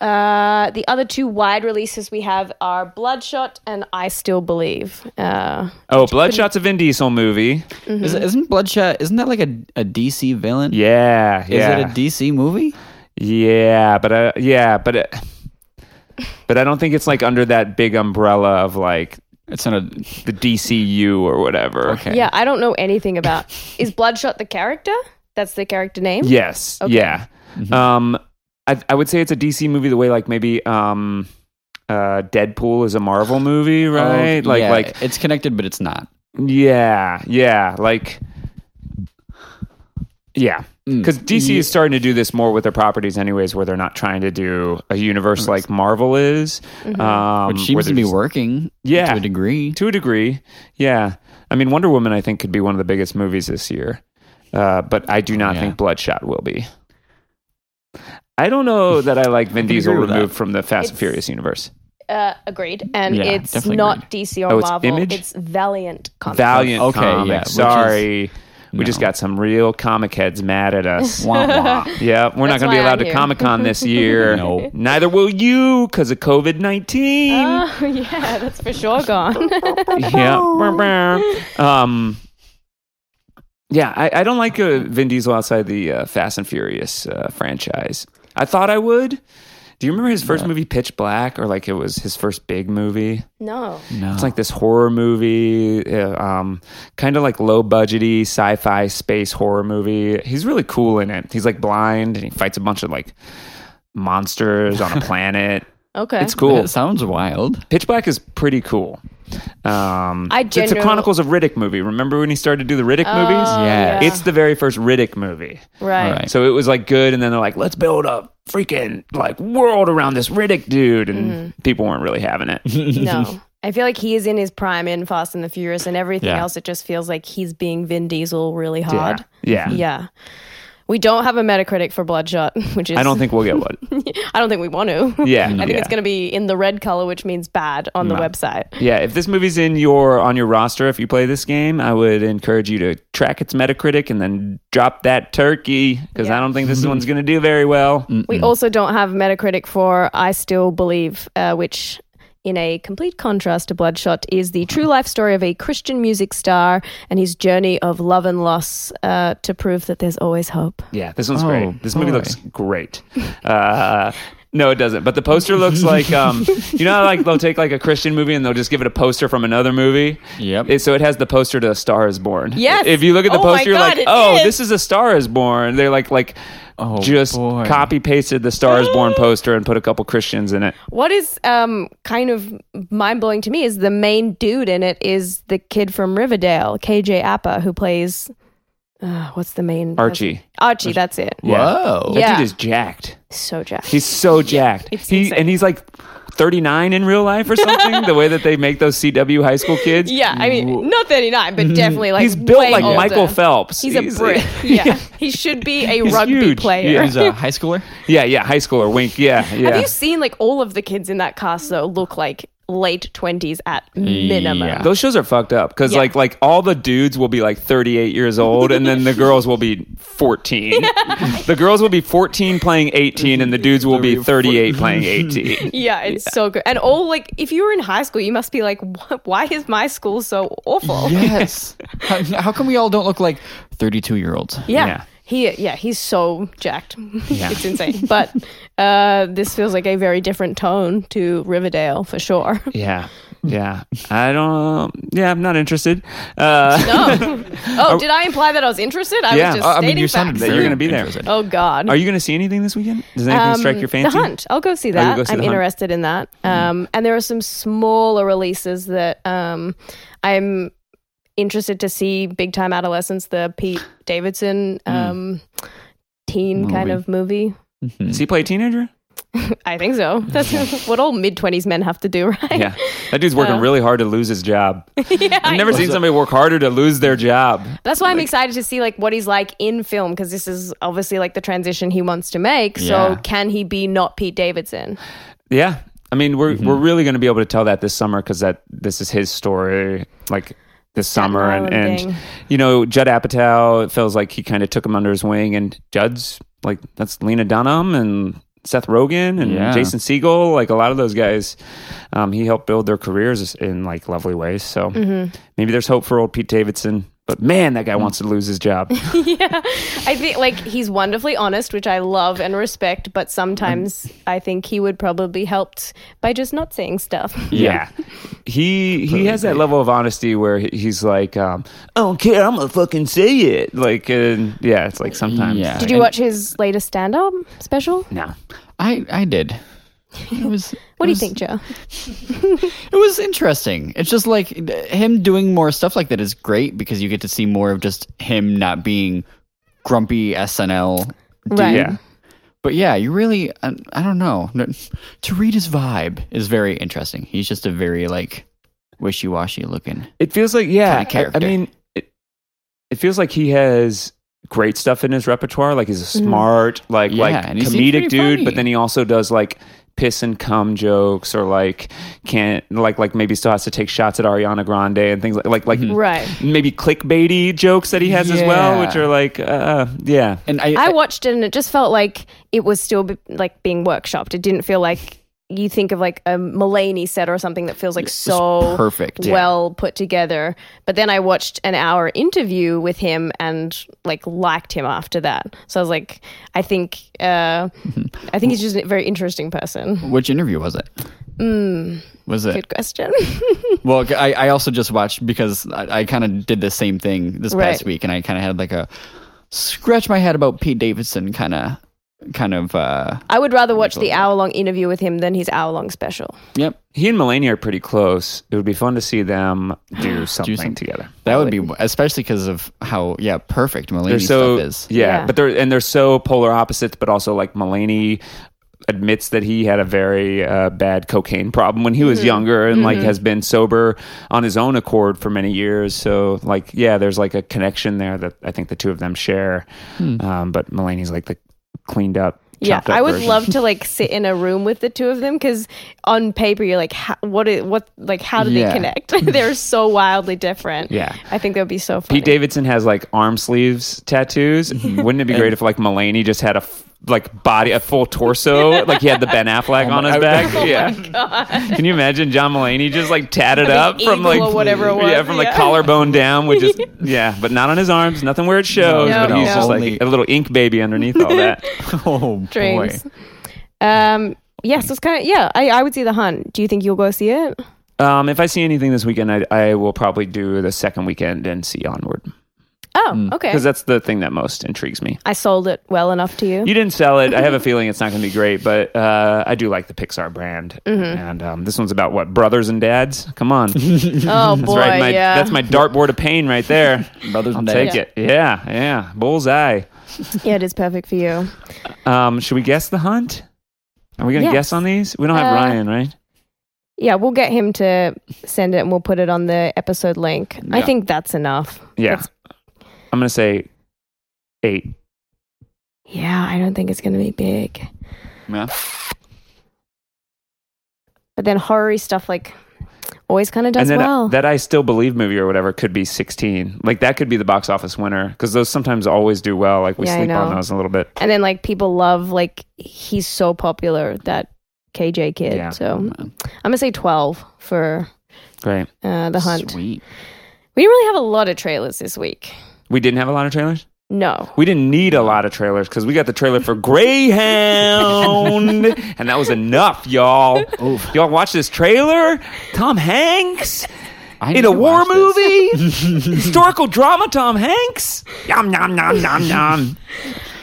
[SPEAKER 2] Uh, the other two wide releases we have are Bloodshot and I Still Believe. Uh,
[SPEAKER 1] Oh, Bloodshot's a Vin Diesel movie.
[SPEAKER 2] Mm-hmm.
[SPEAKER 3] Is, isn't Bloodshot? Isn't that like a, a DC villain?
[SPEAKER 1] Yeah,
[SPEAKER 3] Is
[SPEAKER 1] yeah,
[SPEAKER 3] it a DC movie?
[SPEAKER 1] yeah. But uh, yeah, but it, but I don't think it's like under that big umbrella of like
[SPEAKER 3] It's not a.
[SPEAKER 1] the DCU or whatever.
[SPEAKER 3] Okay.
[SPEAKER 2] yeah, I don't know anything about. is Bloodshot the character? That's the character name?
[SPEAKER 3] Mm-hmm.
[SPEAKER 1] Yes. Yeah. Um. I, I would say it's a DC movie the way like maybe um, uh, Deadpool is a Marvel movie, right?
[SPEAKER 3] Oh,
[SPEAKER 1] like
[SPEAKER 3] yeah,
[SPEAKER 1] like
[SPEAKER 3] it's connected, but it's not.
[SPEAKER 1] yeah, yeah, like yeah.
[SPEAKER 3] Mm.
[SPEAKER 1] Because DC is starting to do this more with their properties, anyways, where they're not trying to do a universe like Marvel is, um,
[SPEAKER 3] Mm. Which
[SPEAKER 1] where
[SPEAKER 3] seems to
[SPEAKER 1] they're
[SPEAKER 3] be
[SPEAKER 1] just-
[SPEAKER 3] working
[SPEAKER 1] Yeah.
[SPEAKER 3] to
[SPEAKER 1] [laughs]
[SPEAKER 3] a degree.
[SPEAKER 1] to a degree. Yeah, I mean, Wonder Woman, I think, could be one of the biggest movies this year, uh, but I do not
[SPEAKER 3] Yeah.
[SPEAKER 1] think Bloodshot will be. I don't know that I like Vin
[SPEAKER 3] can
[SPEAKER 1] Diesel
[SPEAKER 3] agree with that.
[SPEAKER 1] removed from the Fast and
[SPEAKER 2] It's-
[SPEAKER 1] Furious universe.
[SPEAKER 2] Uh, agreed. And
[SPEAKER 3] Yeah,
[SPEAKER 2] it's
[SPEAKER 3] definitely
[SPEAKER 2] not
[SPEAKER 3] agreed.
[SPEAKER 2] DC or
[SPEAKER 1] Oh, it's
[SPEAKER 2] Marvel.
[SPEAKER 1] Image?
[SPEAKER 2] It's Valiant Comics.
[SPEAKER 1] Valiant
[SPEAKER 3] Okay,
[SPEAKER 1] okay,
[SPEAKER 3] yeah,
[SPEAKER 1] comic.
[SPEAKER 3] which is-
[SPEAKER 1] Sorry, we just
[SPEAKER 3] No.
[SPEAKER 1] got some real comic heads mad at
[SPEAKER 3] [laughs]
[SPEAKER 1] us.
[SPEAKER 3] Wah, wah.
[SPEAKER 1] yeah, we're not going to
[SPEAKER 2] That's
[SPEAKER 1] be
[SPEAKER 2] why I'm
[SPEAKER 1] allowed to
[SPEAKER 2] here.
[SPEAKER 1] Comic Con this year.
[SPEAKER 3] No.
[SPEAKER 1] neither will you because of COVID nineteen.
[SPEAKER 2] [laughs] Oh, yeah, that's for sure gone. [laughs]
[SPEAKER 1] yeah. um, yeah, I, I don't like uh, Vin Diesel outside the uh, Fast and Furious uh, franchise. I thought I would. Do you remember his first movie, Pitch Black, or like it was his first big movie?
[SPEAKER 2] no.
[SPEAKER 3] No.
[SPEAKER 1] It's like this horror movie, uh, um, kind of like low budgety sci fi space horror movie. He's really cool in it. He's like blind and he fights a bunch of like monsters on a planet.
[SPEAKER 2] Okay.
[SPEAKER 1] It's cool.
[SPEAKER 3] That sounds wild.
[SPEAKER 1] Pitch Black is pretty cool. Um,
[SPEAKER 2] I
[SPEAKER 1] it's- it's a
[SPEAKER 2] general-
[SPEAKER 1] Chronicles of Riddick movie. Remember when he started to do the Riddick
[SPEAKER 2] Oh,
[SPEAKER 1] movies?
[SPEAKER 3] Yeah.
[SPEAKER 1] It's the very first Riddick movie.
[SPEAKER 2] right.
[SPEAKER 3] All right.
[SPEAKER 1] So it was like good, and then they're like, let's build a freaking like world around this Riddick dude, and
[SPEAKER 2] Mm-hmm.
[SPEAKER 1] people weren't really having it. [laughs]
[SPEAKER 2] No. I feel like he is in his prime in Fast and the Furious and everything
[SPEAKER 3] Yeah.
[SPEAKER 2] else. It just feels like he's being Vin Diesel really hard.
[SPEAKER 1] Yeah.
[SPEAKER 2] Yeah. We don't have a Metacritic for Bloodshot, [laughs] which is
[SPEAKER 1] I don't think we'll get one.
[SPEAKER 2] I don't think we want to.
[SPEAKER 1] [laughs] Yeah.
[SPEAKER 2] I think
[SPEAKER 1] yeah.
[SPEAKER 2] it's going to be in the red color, which means bad on the website.
[SPEAKER 1] Yeah, if this movie's in your on your roster, if you play this game, I would encourage you to track its Metacritic and then drop that turkey because I
[SPEAKER 2] Yeah.
[SPEAKER 1] don't think this one's going to do very well.
[SPEAKER 2] We also don't have Metacritic for I Still Believe, uh, which, in a complete contrast to Bloodshot, is the true life story of a Christian music star and his journey of love and loss uh, to prove that there's always hope.
[SPEAKER 1] Yeah, this one's
[SPEAKER 3] Oh,
[SPEAKER 1] great. This movie
[SPEAKER 3] boy.
[SPEAKER 1] looks [laughs] great. Uh, no, it doesn't. But the poster [laughs] looks like um, you know, how, like they'll take like a Christian movie and they'll just give it a poster from another movie.
[SPEAKER 3] Yep.
[SPEAKER 1] It- so it has the poster to A Star Is Born.
[SPEAKER 2] Yes!
[SPEAKER 1] If you look at the
[SPEAKER 2] Oh my
[SPEAKER 1] poster, you're
[SPEAKER 2] God,
[SPEAKER 1] like,
[SPEAKER 2] it
[SPEAKER 1] oh,
[SPEAKER 2] is.
[SPEAKER 1] this is A Star Is Born. They're like like.
[SPEAKER 3] Oh,
[SPEAKER 1] just
[SPEAKER 3] boy.
[SPEAKER 1] copy pasted the Star is
[SPEAKER 2] [gasps]
[SPEAKER 1] Born poster and put a couple Christians in it.
[SPEAKER 2] What is um, kind of mind blowing to me is the main dude in it is the kid from Riverdale, KJ Appa, who plays. Uh, what's the main
[SPEAKER 1] Archie.
[SPEAKER 2] Archie, that's it.
[SPEAKER 3] Whoa.
[SPEAKER 1] That
[SPEAKER 2] Yeah.
[SPEAKER 1] dude is jacked.
[SPEAKER 2] So jacked.
[SPEAKER 1] He's so jacked.
[SPEAKER 2] it's
[SPEAKER 1] he
[SPEAKER 2] insane.
[SPEAKER 1] and he's like 39 in real
[SPEAKER 2] [laughs]
[SPEAKER 1] life or something. the way that they make those CW high school kids.
[SPEAKER 2] yeah, I mean, not 39, but definitely like
[SPEAKER 1] Mm-hmm. he's built
[SPEAKER 2] way
[SPEAKER 1] like
[SPEAKER 2] older.
[SPEAKER 1] Michael Phelps.
[SPEAKER 2] He's
[SPEAKER 1] [laughs]
[SPEAKER 2] a brick. Yeah. He should be a
[SPEAKER 1] He's
[SPEAKER 2] rugby
[SPEAKER 1] huge.
[SPEAKER 2] player.
[SPEAKER 1] Yeah.
[SPEAKER 3] He's a
[SPEAKER 1] [laughs]
[SPEAKER 3] high schooler.
[SPEAKER 1] Yeah, yeah, high schooler wink. Yeah, yeah.
[SPEAKER 2] Have you seen like all of the kids in that cast though look like late 20s at minimum?
[SPEAKER 3] Yeah.
[SPEAKER 1] Those shows are fucked up because
[SPEAKER 2] Yeah.
[SPEAKER 1] like like all the dudes will be like 38 years old and
[SPEAKER 2] [laughs]
[SPEAKER 1] then the girls will be 14. the girls will be 14 playing 18 and the dudes will be 38 playing 18.
[SPEAKER 2] Yeah, it's so good. And all like, if you were in high school, you must be like, "Wh- why is my school so
[SPEAKER 1] Oh,
[SPEAKER 2] awful?
[SPEAKER 3] Yes. [laughs] how, how come we all don't look like 32 year olds?
[SPEAKER 2] Yeah.
[SPEAKER 1] Yeah.
[SPEAKER 2] He yeah, he's so jacked. [laughs] it's
[SPEAKER 1] [laughs]
[SPEAKER 2] insane. But uh, this feels like a very different tone to Riverdale
[SPEAKER 1] [laughs]
[SPEAKER 2] for sure.
[SPEAKER 1] Yeah. Yeah. I don't yeah, I'm not interested. Uh
[SPEAKER 2] [laughs] No. oh, did I imply that I was interested? I
[SPEAKER 1] Yeah.
[SPEAKER 2] was just
[SPEAKER 1] Uh,
[SPEAKER 3] I
[SPEAKER 2] stating
[SPEAKER 3] mean, you sounded
[SPEAKER 2] facts.
[SPEAKER 1] That
[SPEAKER 3] very
[SPEAKER 1] you're gonna be there.
[SPEAKER 3] interested.
[SPEAKER 2] Oh God.
[SPEAKER 1] Are you going to see anything this weekend? Does anything strike your fancy?
[SPEAKER 2] Um, The Hunt. I'll go see
[SPEAKER 1] you'll
[SPEAKER 2] that.
[SPEAKER 1] go see
[SPEAKER 2] I'm
[SPEAKER 1] The Hunt. Mm.
[SPEAKER 2] interested in that. Um, And there are some smaller releases that um, I'm interested to see. Big Time Adolescence, the Pete Davidson
[SPEAKER 1] Mm.
[SPEAKER 2] um, teen kind of movie.
[SPEAKER 1] Does he play a teenager?
[SPEAKER 2] I think so. That's [laughs] what all mid 20s men have to do, right?
[SPEAKER 1] Yeah. That dude's working really hard to lose his job.
[SPEAKER 2] Yeah,
[SPEAKER 1] I've never
[SPEAKER 2] I-
[SPEAKER 1] seen somebody work harder to lose their job.
[SPEAKER 2] That's why I'm excited to see like what he's like in film because this is obviously like the transition he wants to make.
[SPEAKER 3] Yeah.
[SPEAKER 2] So can he be not Pete Davidson?
[SPEAKER 1] Yeah. I mean, we're we're really going to be able to tell that this summer because that this is his story, like this summer, and,
[SPEAKER 2] Island
[SPEAKER 1] and
[SPEAKER 2] thing.
[SPEAKER 1] you know, Judd Apatow. It feels like he kind of took him under his wing, and Judd's like that's Lena Dunham and Seth Rogen and
[SPEAKER 3] Yeah.
[SPEAKER 1] Jason Segel, like a lot of those guys. Um, he helped build their careers in like lovely ways. So maybe there's hope for old Pete Davidson. But man, that guy wants to lose his job.
[SPEAKER 2] yeah. I think like he's wonderfully honest, which I love and respect, but sometimes I think he would probably be helped by just not saying stuff.
[SPEAKER 1] Yeah. He he has that level of honesty where he- he's like, um, I don't care, I'm gonna fucking say it. Like, and yeah, it's like sometimes.
[SPEAKER 3] Yeah.
[SPEAKER 2] Did you watch his latest stand up special?
[SPEAKER 1] No.
[SPEAKER 3] I I did. It was.
[SPEAKER 2] [laughs] What
[SPEAKER 3] it
[SPEAKER 2] do you
[SPEAKER 3] was-
[SPEAKER 2] think, Joe?
[SPEAKER 3] It was interesting. It's just like him doing more stuff like that is great because you get to see more of just him not being grumpy SNL.
[SPEAKER 2] Right.
[SPEAKER 1] Yeah.
[SPEAKER 3] But yeah, you really, I, I don't know. To read his vibe is very interesting. He's just a very like wishy washy looking.
[SPEAKER 1] It feels like yeah.
[SPEAKER 3] Kinda character.
[SPEAKER 1] I, I mean, it, it feels like he has great stuff in his repertoire. Like he's a smart, like
[SPEAKER 3] Yeah,
[SPEAKER 1] like
[SPEAKER 3] and he seems
[SPEAKER 1] comedic
[SPEAKER 3] pretty
[SPEAKER 1] dude,
[SPEAKER 3] funny.
[SPEAKER 1] but then he also does like piss and cum jokes or like can't like like maybe still has to take shots at Ariana Grande and things like like like
[SPEAKER 2] Right.
[SPEAKER 1] maybe clickbaity jokes that he has as well,
[SPEAKER 3] Mm-hmm. Yeah.
[SPEAKER 1] which are like uh yeah.
[SPEAKER 3] And I,
[SPEAKER 2] I watched it and it just felt like it was still be- like being workshopped. It didn't feel like you think of like a Mulaney set or something that feels like so
[SPEAKER 3] perfect, yeah.
[SPEAKER 2] well put together. But then I watched an hour interview with him and like liked him after that. So I was like, I think, uh, I think he's just a very interesting person.
[SPEAKER 3] which interview was it?
[SPEAKER 2] Mm.
[SPEAKER 3] was it?
[SPEAKER 2] Good question. [laughs]
[SPEAKER 3] Well, I, I also just watched because I, I kind of did the same thing this past
[SPEAKER 2] Right.
[SPEAKER 3] week, and I kind of had like a scratch my head about Pete Davidson kind of, kind of. uh
[SPEAKER 2] I would rather watch the hour long interview with him than his hour long special.
[SPEAKER 3] Yep,
[SPEAKER 1] He and Melania are pretty close. It would be fun to see them
[SPEAKER 3] [gasps]
[SPEAKER 1] do something,
[SPEAKER 3] something.
[SPEAKER 1] together.
[SPEAKER 3] that would be especially because of how yeah perfect
[SPEAKER 1] They're
[SPEAKER 3] Mulaney
[SPEAKER 1] so
[SPEAKER 3] stuff is.
[SPEAKER 1] yeah,
[SPEAKER 2] Yeah.
[SPEAKER 1] but they're and they're so polar opposites. But also like Mulaney admits that he had a very uh, bad cocaine problem when he
[SPEAKER 2] Mm-hmm.
[SPEAKER 1] was younger, and like has been sober on his own accord for many years. So like yeah, there's like a connection there that I think the two of them share.
[SPEAKER 3] Hmm.
[SPEAKER 1] Um, but Mulaney's like the cleaned up.
[SPEAKER 2] Yeah,
[SPEAKER 1] chopped up
[SPEAKER 2] I would
[SPEAKER 1] version.
[SPEAKER 2] love
[SPEAKER 1] [laughs]
[SPEAKER 2] to like sit in a room with the two of them because on paper you're like, how, what is what like how do
[SPEAKER 3] Yeah.
[SPEAKER 2] they connect? [laughs] They're so wildly different.
[SPEAKER 1] Yeah.
[SPEAKER 2] I think that would be so funny.
[SPEAKER 1] Pete Davidson has like arm sleeves
[SPEAKER 2] [laughs]
[SPEAKER 1] tattoos. Wouldn't it be great if like Mulaney just had a f- like body, a full torso, like he had the Ben Affleck on
[SPEAKER 2] [laughs] Oh
[SPEAKER 1] his back? yeah. Can you imagine John Mulaney just like tatted up from
[SPEAKER 2] eagle
[SPEAKER 1] like
[SPEAKER 2] or whatever it was,
[SPEAKER 1] yeah, from like
[SPEAKER 2] yeah.
[SPEAKER 1] collarbone down, which
[SPEAKER 2] [laughs]
[SPEAKER 1] is yeah, but not on his arms, nothing where it shows.
[SPEAKER 2] No,
[SPEAKER 1] but he's
[SPEAKER 2] no.
[SPEAKER 1] just
[SPEAKER 3] Only-
[SPEAKER 1] like a little ink baby underneath all
[SPEAKER 2] [laughs]
[SPEAKER 1] that.
[SPEAKER 3] [laughs] Oh
[SPEAKER 2] Dreams.
[SPEAKER 3] boy,
[SPEAKER 2] Um. Yes, it's kind of yeah. I, I would see the hunt. Do you think you'll go see it?
[SPEAKER 1] um, if I see anything this weekend, I, I will probably do the second weekend and see onward
[SPEAKER 2] Oh, okay.
[SPEAKER 1] because that's the thing Mm. that most intrigues me.
[SPEAKER 2] I sold it well enough to you.
[SPEAKER 1] You didn't sell it. I have a feeling it's not going to be great, but uh, I do like the Pixar brand.
[SPEAKER 2] Mm-hmm.
[SPEAKER 1] And um, this one's about what brothers and dads. Come on, [laughs] that's
[SPEAKER 2] oh boy,
[SPEAKER 1] right. My,
[SPEAKER 2] yeah.
[SPEAKER 1] That's my dartboard of pain right there.
[SPEAKER 3] [laughs] brothers
[SPEAKER 1] I'll
[SPEAKER 3] and
[SPEAKER 1] take
[SPEAKER 3] dads.
[SPEAKER 1] it. Yeah, yeah. Bullseye.
[SPEAKER 2] [laughs] yeah. It is perfect for you.
[SPEAKER 1] Um, should we guess the hunt? Are we going to
[SPEAKER 2] Yes.
[SPEAKER 1] guess on these? We don't have
[SPEAKER 2] Uh,
[SPEAKER 1] Ryan, right?
[SPEAKER 2] Yeah, we'll get him to send it and we'll put it on the episode link. I
[SPEAKER 1] Yeah.
[SPEAKER 2] think that's enough.
[SPEAKER 1] Yeah.
[SPEAKER 2] that's-
[SPEAKER 1] I'm going to say eight.
[SPEAKER 2] Yeah, I don't think it's going to be big.
[SPEAKER 3] Yeah.
[SPEAKER 2] But then horror stuff like always kind of does
[SPEAKER 1] and then uh,
[SPEAKER 2] well.
[SPEAKER 1] that I still believe movie or whatever could be 16. Like that could be the box office winner because those sometimes always do well. Like we
[SPEAKER 2] Yeah, I
[SPEAKER 1] sleep on
[SPEAKER 2] know.
[SPEAKER 1] those a little bit.
[SPEAKER 2] and then like people love like he's so popular that KJ kid.
[SPEAKER 1] Yeah.
[SPEAKER 2] So I'm gonna say twelve for
[SPEAKER 1] Great.
[SPEAKER 2] uh, the hunt.
[SPEAKER 3] Sweet.
[SPEAKER 2] We didn't really have a lot of trailers this week.
[SPEAKER 1] We didn't have a lot of trailers.
[SPEAKER 2] No.
[SPEAKER 1] We didn't need a lot of trailers because we got the trailer for
[SPEAKER 3] [laughs]
[SPEAKER 1] Greyhound, and that was enough, y'all.
[SPEAKER 3] Oof.
[SPEAKER 1] Y'all watch this trailer? Tom Hanks
[SPEAKER 3] I need
[SPEAKER 1] in
[SPEAKER 3] to
[SPEAKER 1] a war
[SPEAKER 3] watch this.
[SPEAKER 1] movie,
[SPEAKER 3] [laughs]
[SPEAKER 1] historical drama. Tom Hanks. Yum yum yum yum yum.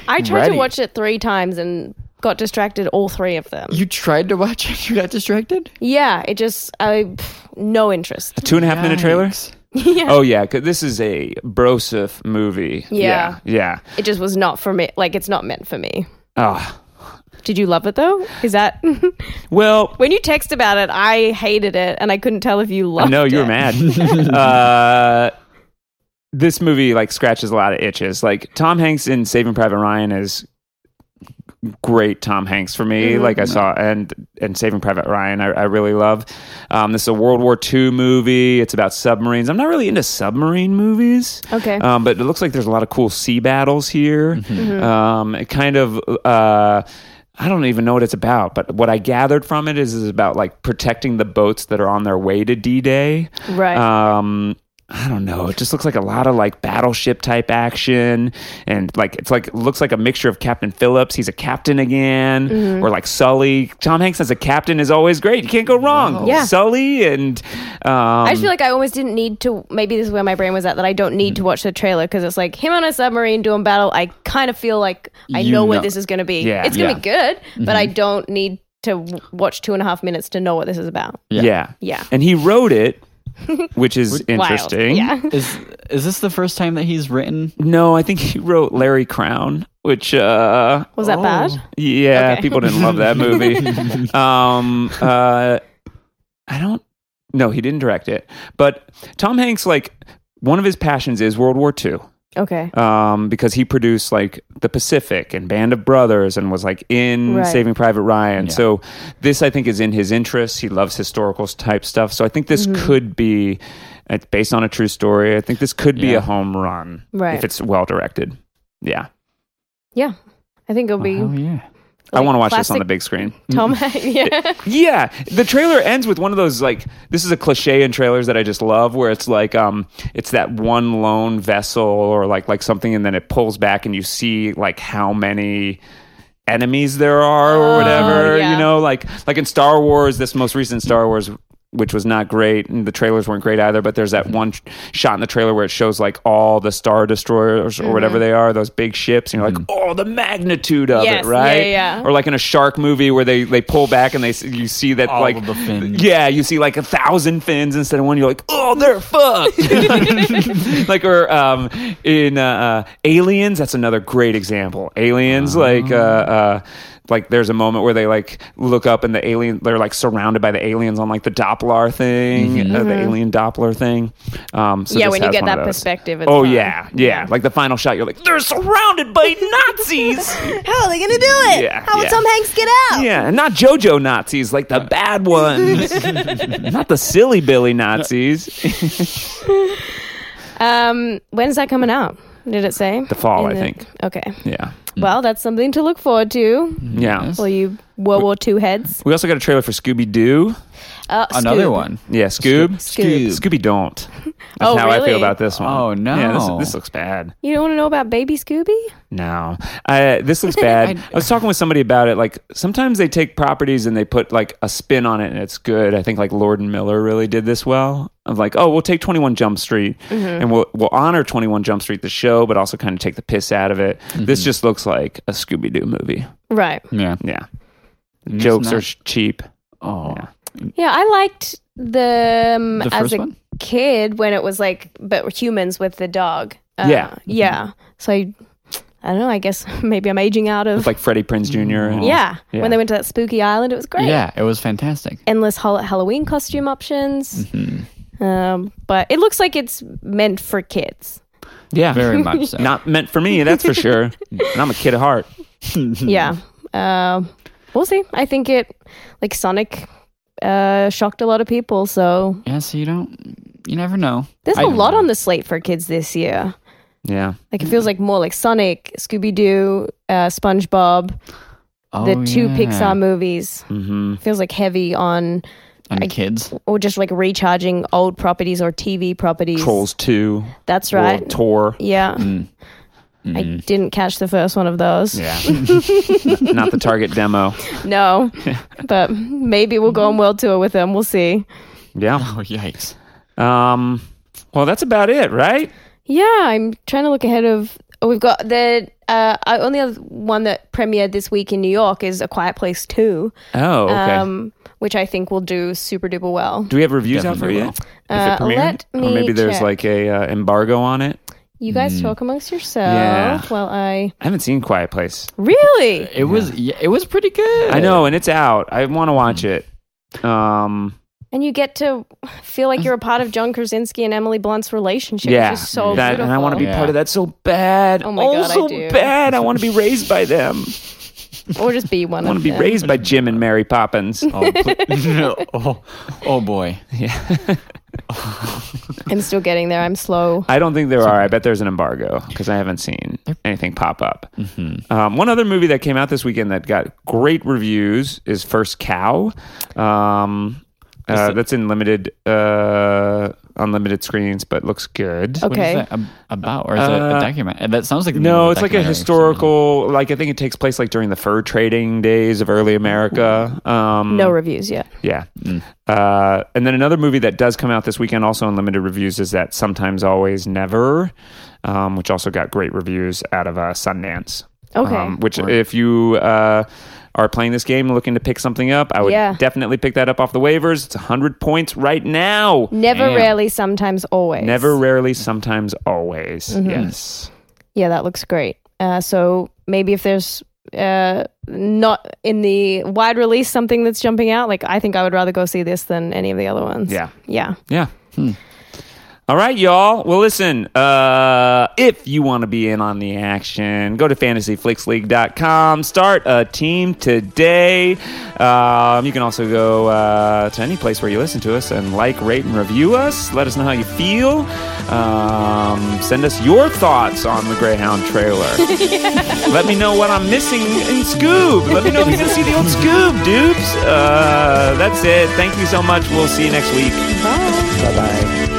[SPEAKER 2] I tried
[SPEAKER 3] Ready.
[SPEAKER 2] to watch it three times and got distracted all three of them.
[SPEAKER 3] You tried to watch it. [laughs] You got distracted.
[SPEAKER 2] Yeah, it just I pff, no interest.
[SPEAKER 1] Two and a half minute trailer.
[SPEAKER 3] Yikes.
[SPEAKER 1] Oh yeah, 'cause this is a brosif movie.
[SPEAKER 2] Yeah.
[SPEAKER 1] yeah.
[SPEAKER 2] It just was not for me. Like it's not meant for me.
[SPEAKER 1] Oh.
[SPEAKER 2] Did you love it though? Is that [laughs]
[SPEAKER 1] Well,
[SPEAKER 2] when you text about it? I hated it and I couldn't tell if you loved.
[SPEAKER 1] No, you
[SPEAKER 2] it.
[SPEAKER 1] were mad.
[SPEAKER 2] [laughs]
[SPEAKER 1] uh, this movie like scratches a lot of itches. Like Tom Hanks in Saving Private Ryan is great Tom Hanks for me.
[SPEAKER 2] Mm-hmm.
[SPEAKER 1] Like I saw and and Saving Private Ryan I, I really love. Um, this is a World War II movie. It's about submarines. I'm not really into submarine movies.
[SPEAKER 2] Okay.
[SPEAKER 1] Um, but it looks like there's a lot of cool sea battles here.
[SPEAKER 2] Mm-hmm.
[SPEAKER 1] Um, it kind of, uh, I don't even know what it's about, but what I gathered from it is, is about like protecting the boats that are on their way to D Day.
[SPEAKER 2] Right.
[SPEAKER 1] Um, I don't know. It just looks like a lot of like battleship type action, and like it's like looks like a mixture of Captain Phillips. He's a captain again,
[SPEAKER 2] Mm-hmm.
[SPEAKER 1] or like Sully. Tom Hanks as a captain is always great. You can't go wrong.
[SPEAKER 2] Yeah.
[SPEAKER 1] Sully and um,
[SPEAKER 2] I just feel like I almost didn't need to. Maybe this is where my brain was at that I don't need
[SPEAKER 1] Mm-hmm.
[SPEAKER 2] to watch the trailer because it's like him on a submarine doing battle. I kind of feel like I
[SPEAKER 3] You
[SPEAKER 2] know, what
[SPEAKER 3] know-
[SPEAKER 2] this is going to be.
[SPEAKER 1] Yeah. Mm-hmm.
[SPEAKER 2] it's going to be good, but I
[SPEAKER 3] Mhm.
[SPEAKER 2] don't need to w- watch two and a half minutes to know what this is about.
[SPEAKER 1] yeah.
[SPEAKER 3] Yeah.
[SPEAKER 1] yeah,
[SPEAKER 2] Yeah.
[SPEAKER 1] and he wrote
[SPEAKER 2] [laughs]
[SPEAKER 1] it, which is
[SPEAKER 2] Wild.
[SPEAKER 1] interesting.
[SPEAKER 2] Yeah. [laughs]
[SPEAKER 3] Is is this the first time that he's written?
[SPEAKER 1] No, I think he wrote Larry Crown, which uh,
[SPEAKER 2] Was that
[SPEAKER 3] Oh.
[SPEAKER 2] bad?
[SPEAKER 1] Yeah,
[SPEAKER 2] Okay.
[SPEAKER 1] people didn't love that movie.
[SPEAKER 2] [laughs]
[SPEAKER 1] um, uh, I don't. No, he didn't direct it. But Tom Hanks, like, one of his passions is World War II
[SPEAKER 2] Okay.
[SPEAKER 1] um, because he produced like The Pacific and Band of Brothers and was like in
[SPEAKER 2] Right.
[SPEAKER 1] Saving Private Ryan.
[SPEAKER 3] Yeah.
[SPEAKER 1] So this I think is in his interests. He loves historical type stuff. So I think this
[SPEAKER 2] Mm-hmm.
[SPEAKER 1] could be it's based on a true story. I think this could be
[SPEAKER 3] Yeah.
[SPEAKER 1] a home run
[SPEAKER 2] Right.
[SPEAKER 1] if it's well directed. Yeah.
[SPEAKER 2] Yeah. I think it'll be
[SPEAKER 3] Oh yeah.
[SPEAKER 1] I
[SPEAKER 2] Like
[SPEAKER 1] want to watch this on
[SPEAKER 2] classic
[SPEAKER 1] the big screen.
[SPEAKER 2] Tom Hanks.
[SPEAKER 1] [laughs]
[SPEAKER 2] [laughs] Yeah.
[SPEAKER 1] Yeah, the trailer ends with one of those like this is a cliche in trailers that I just love, where it's like um, it's that one lone vessel or like like something, and then it pulls back, and you see like how many enemies there are or whatever.
[SPEAKER 2] Oh, yeah.
[SPEAKER 1] You know, like like in Star Wars, this most recent Star Wars. Which was not great, and the trailers weren't great either. But there's
[SPEAKER 2] Mm-hmm.
[SPEAKER 1] that one sh- shot in the trailer where it shows like all the star destroyers or
[SPEAKER 2] Mm-hmm.
[SPEAKER 1] whatever they are, those big ships, and you're like, oh, the magnitude of
[SPEAKER 2] Yes,
[SPEAKER 1] it,
[SPEAKER 2] yeah,
[SPEAKER 1] right?
[SPEAKER 2] yeah.
[SPEAKER 1] Or like in a shark movie where they they pull back and they s- you see that
[SPEAKER 3] All
[SPEAKER 1] like
[SPEAKER 3] of the fins.
[SPEAKER 1] yeah you see like a thousand fins instead of one you're like oh they're fucked [laughs] like or um in uh, uh aliens that's another great example aliens
[SPEAKER 3] Ah.
[SPEAKER 1] like uh uh like there's a moment where they like look up and the alien they're like surrounded by the aliens on like the Doppler thing uh, the alien Doppler thing um so
[SPEAKER 2] Mm-hmm. yeah.
[SPEAKER 1] this
[SPEAKER 2] When you
[SPEAKER 1] has
[SPEAKER 2] get
[SPEAKER 1] one of
[SPEAKER 2] that
[SPEAKER 1] those.
[SPEAKER 2] perspective. It's
[SPEAKER 1] oh
[SPEAKER 2] fun.
[SPEAKER 1] yeah, yeah like the final shot you're like they're surrounded by Nazis
[SPEAKER 2] How are they going to do it?
[SPEAKER 1] Yeah,
[SPEAKER 2] How will
[SPEAKER 1] yeah.
[SPEAKER 2] Tom Hanks get out?
[SPEAKER 1] Yeah, and not JoJo Nazis, like the bad ones, [laughs] not the silly Billy Nazis.
[SPEAKER 2] Um, when's that coming out? Did it say? The
[SPEAKER 1] fall, I think. Mm.
[SPEAKER 2] Okay.
[SPEAKER 1] Yeah,
[SPEAKER 2] Well, that's something to look forward to.
[SPEAKER 1] yeah.
[SPEAKER 2] Well, you World War II heads.
[SPEAKER 1] We also got a trailer for Scooby Doo.
[SPEAKER 2] Uh,
[SPEAKER 3] Another
[SPEAKER 2] Scoob.
[SPEAKER 3] one.
[SPEAKER 1] Yeah, Scoob.
[SPEAKER 2] Scoob.
[SPEAKER 1] Scooby don't. That's
[SPEAKER 2] Oh,
[SPEAKER 1] how I
[SPEAKER 2] really?
[SPEAKER 1] feel about this one.
[SPEAKER 3] Oh, no.
[SPEAKER 1] Yeah, this, this looks bad.
[SPEAKER 2] You don't want to know about Baby Scooby?
[SPEAKER 1] No, I, this looks bad. I, was talking with somebody about it. Like sometimes they take properties and they put like a spin on it, and it's good. I think like Lord and Miller really did this well. Of like, oh, we'll take Twenty One Jump Street and we'll we'll honor Twenty One Jump Street the show, but also kind of take the piss out of it. This just looks like a Scooby Doo movie.
[SPEAKER 2] Right.
[SPEAKER 3] Yeah.
[SPEAKER 1] Yeah,
[SPEAKER 3] It's
[SPEAKER 1] jokes
[SPEAKER 3] not-
[SPEAKER 1] are sh- cheap.
[SPEAKER 3] Oh.
[SPEAKER 1] Yeah.
[SPEAKER 2] Yeah, I liked the, um,
[SPEAKER 3] The
[SPEAKER 2] as
[SPEAKER 3] first
[SPEAKER 2] a
[SPEAKER 3] one?
[SPEAKER 2] kid when it was like, but humans with the dog. Uh,
[SPEAKER 1] Yeah.
[SPEAKER 2] Yeah. So I, I don't know. I guess [laughs] maybe I'm aging out of.
[SPEAKER 1] It's like Freddie Prinze Jr. and-
[SPEAKER 2] yeah,
[SPEAKER 1] Yeah.
[SPEAKER 2] When they went to that spooky island, it was great.
[SPEAKER 3] Yeah, it was fantastic.
[SPEAKER 2] Endless hol- Halloween costume options.
[SPEAKER 3] Mm-hmm.
[SPEAKER 2] Um, but it looks like it's meant for kids.
[SPEAKER 1] yeah,
[SPEAKER 2] [laughs]
[SPEAKER 3] Very much so.
[SPEAKER 1] not meant for me. That's for sure. and I'm a kid at heart.
[SPEAKER 3] Mm-hmm.
[SPEAKER 2] yeah. Um, we'll see. I think it, like Sonic, uh, shocked a lot of people. So
[SPEAKER 3] yeah, so you don't you never know.
[SPEAKER 2] there's
[SPEAKER 3] I
[SPEAKER 2] a
[SPEAKER 3] don't
[SPEAKER 2] lot
[SPEAKER 3] know.
[SPEAKER 2] on the slate for kids this year.
[SPEAKER 1] Yeah,
[SPEAKER 2] Like it feels like more like Sonic, Scooby Doo, uh, SpongeBob,
[SPEAKER 3] Oh,
[SPEAKER 2] the two
[SPEAKER 3] yeah. Mm-hmm.
[SPEAKER 2] Pixar movies.
[SPEAKER 1] hmm
[SPEAKER 2] Feels like heavy on
[SPEAKER 3] and
[SPEAKER 2] [laughs]
[SPEAKER 3] kids.
[SPEAKER 2] or just like recharging old properties or TV properties.
[SPEAKER 1] Trolls Two,
[SPEAKER 2] That's right.
[SPEAKER 1] World Tour.
[SPEAKER 2] yeah.
[SPEAKER 3] Mm.
[SPEAKER 2] I didn't catch the first one of those.
[SPEAKER 1] Yeah. Not the target demo.
[SPEAKER 2] [laughs]
[SPEAKER 3] [laughs]
[SPEAKER 2] No. but maybe we'll go on world tour with them. We'll see.
[SPEAKER 1] Yeah.
[SPEAKER 3] Oh yikes.
[SPEAKER 1] Um, well, that's about it, right?
[SPEAKER 2] Yeah, I'm trying to look ahead of. oh, We've got the uh, uh, only other one that premiered this week in New York is A Quiet Place Two,
[SPEAKER 1] Oh, okay.
[SPEAKER 2] um, which I think will do super duper well.
[SPEAKER 1] Do we have reviews out for
[SPEAKER 3] Definitely
[SPEAKER 1] you?
[SPEAKER 3] will.
[SPEAKER 1] If it
[SPEAKER 2] Uh,
[SPEAKER 1] premiered?
[SPEAKER 2] let
[SPEAKER 1] or
[SPEAKER 2] me
[SPEAKER 1] maybe there's
[SPEAKER 2] check.
[SPEAKER 1] like a uh, embargo on it.
[SPEAKER 2] You guys talk amongst yourself
[SPEAKER 1] Mm. Yeah.
[SPEAKER 2] while I
[SPEAKER 1] I haven't seen Quiet Place.
[SPEAKER 2] really.
[SPEAKER 3] It was yeah, it Mm. was pretty good.
[SPEAKER 1] I know, and it's out. I want to watch it. Um,
[SPEAKER 2] And you get to feel like you're a part of John Krasinski and Emily Blunt's relationship.
[SPEAKER 1] yeah,
[SPEAKER 2] which is so
[SPEAKER 1] that, and I want to be
[SPEAKER 2] beautiful.
[SPEAKER 1] part of that so bad.
[SPEAKER 2] Oh my
[SPEAKER 1] oh,
[SPEAKER 2] God, I
[SPEAKER 1] so
[SPEAKER 2] do.
[SPEAKER 1] bad. I want to be raised by them.
[SPEAKER 2] or just be one.
[SPEAKER 1] I want to
[SPEAKER 2] of [laughs]
[SPEAKER 1] be
[SPEAKER 2] them.
[SPEAKER 1] raised by Jim and Mary Poppins.
[SPEAKER 3] [laughs] Oh, pl- [laughs] oh, oh
[SPEAKER 2] [laughs]
[SPEAKER 3] boy.
[SPEAKER 2] I'm still getting there. I'm slow.
[SPEAKER 1] I don't think there are. I bet there's an embargo because I haven't seen anything pop up. Um, one other movie that came out this weekend that got great reviews is First Cow. Um, uh, that's in limited uh, unlimited screens, but looks good.
[SPEAKER 3] What is
[SPEAKER 2] Okay.
[SPEAKER 3] that ab- about? Or is it a
[SPEAKER 1] Uh,
[SPEAKER 3] document? That sounds like
[SPEAKER 1] No, it's like a
[SPEAKER 3] Mm, documentary for some
[SPEAKER 1] historical. Like I think it takes place like during the fur trading days of early America. Um,
[SPEAKER 2] No reviews yet.
[SPEAKER 1] Yeah. Uh, and then another movie that does come out this weekend, also in limited reviews, is that Sometimes Always Never, um, which also got great reviews out of uh, Sundance. Um,
[SPEAKER 2] Okay.
[SPEAKER 1] which, if you uh, are playing this game and looking to pick something up, I would
[SPEAKER 2] Yeah.
[SPEAKER 1] definitely pick that up off the waivers. It's 100 points right now.
[SPEAKER 2] Never,
[SPEAKER 3] Damn.
[SPEAKER 2] rarely, sometimes, always.
[SPEAKER 1] Never, rarely, sometimes, always.
[SPEAKER 2] Mm-hmm.
[SPEAKER 1] Yes.
[SPEAKER 2] Yeah, that looks great. Uh, so maybe if there's uh, not in the wide release something that's jumping out, like I think I would rather go see this than any of the other ones.
[SPEAKER 1] Yeah.
[SPEAKER 2] Yeah.
[SPEAKER 1] Yeah. All right, y'all. Well, listen, uh, if you want to be in on the action, go to fantasyflixleague.com. Start a team today. Um, you can also go uh, to any place where you listen to us and like, rate, and review us. Let us know how you feel. Um, send us your thoughts on the Greyhound trailer. Let me know what I'm missing in Scoob. Let me know if you're going to see the old Scoob, dudes. Uh, that's it. Thank you so much. We'll see you next week.
[SPEAKER 2] Bye.
[SPEAKER 1] Bye bye.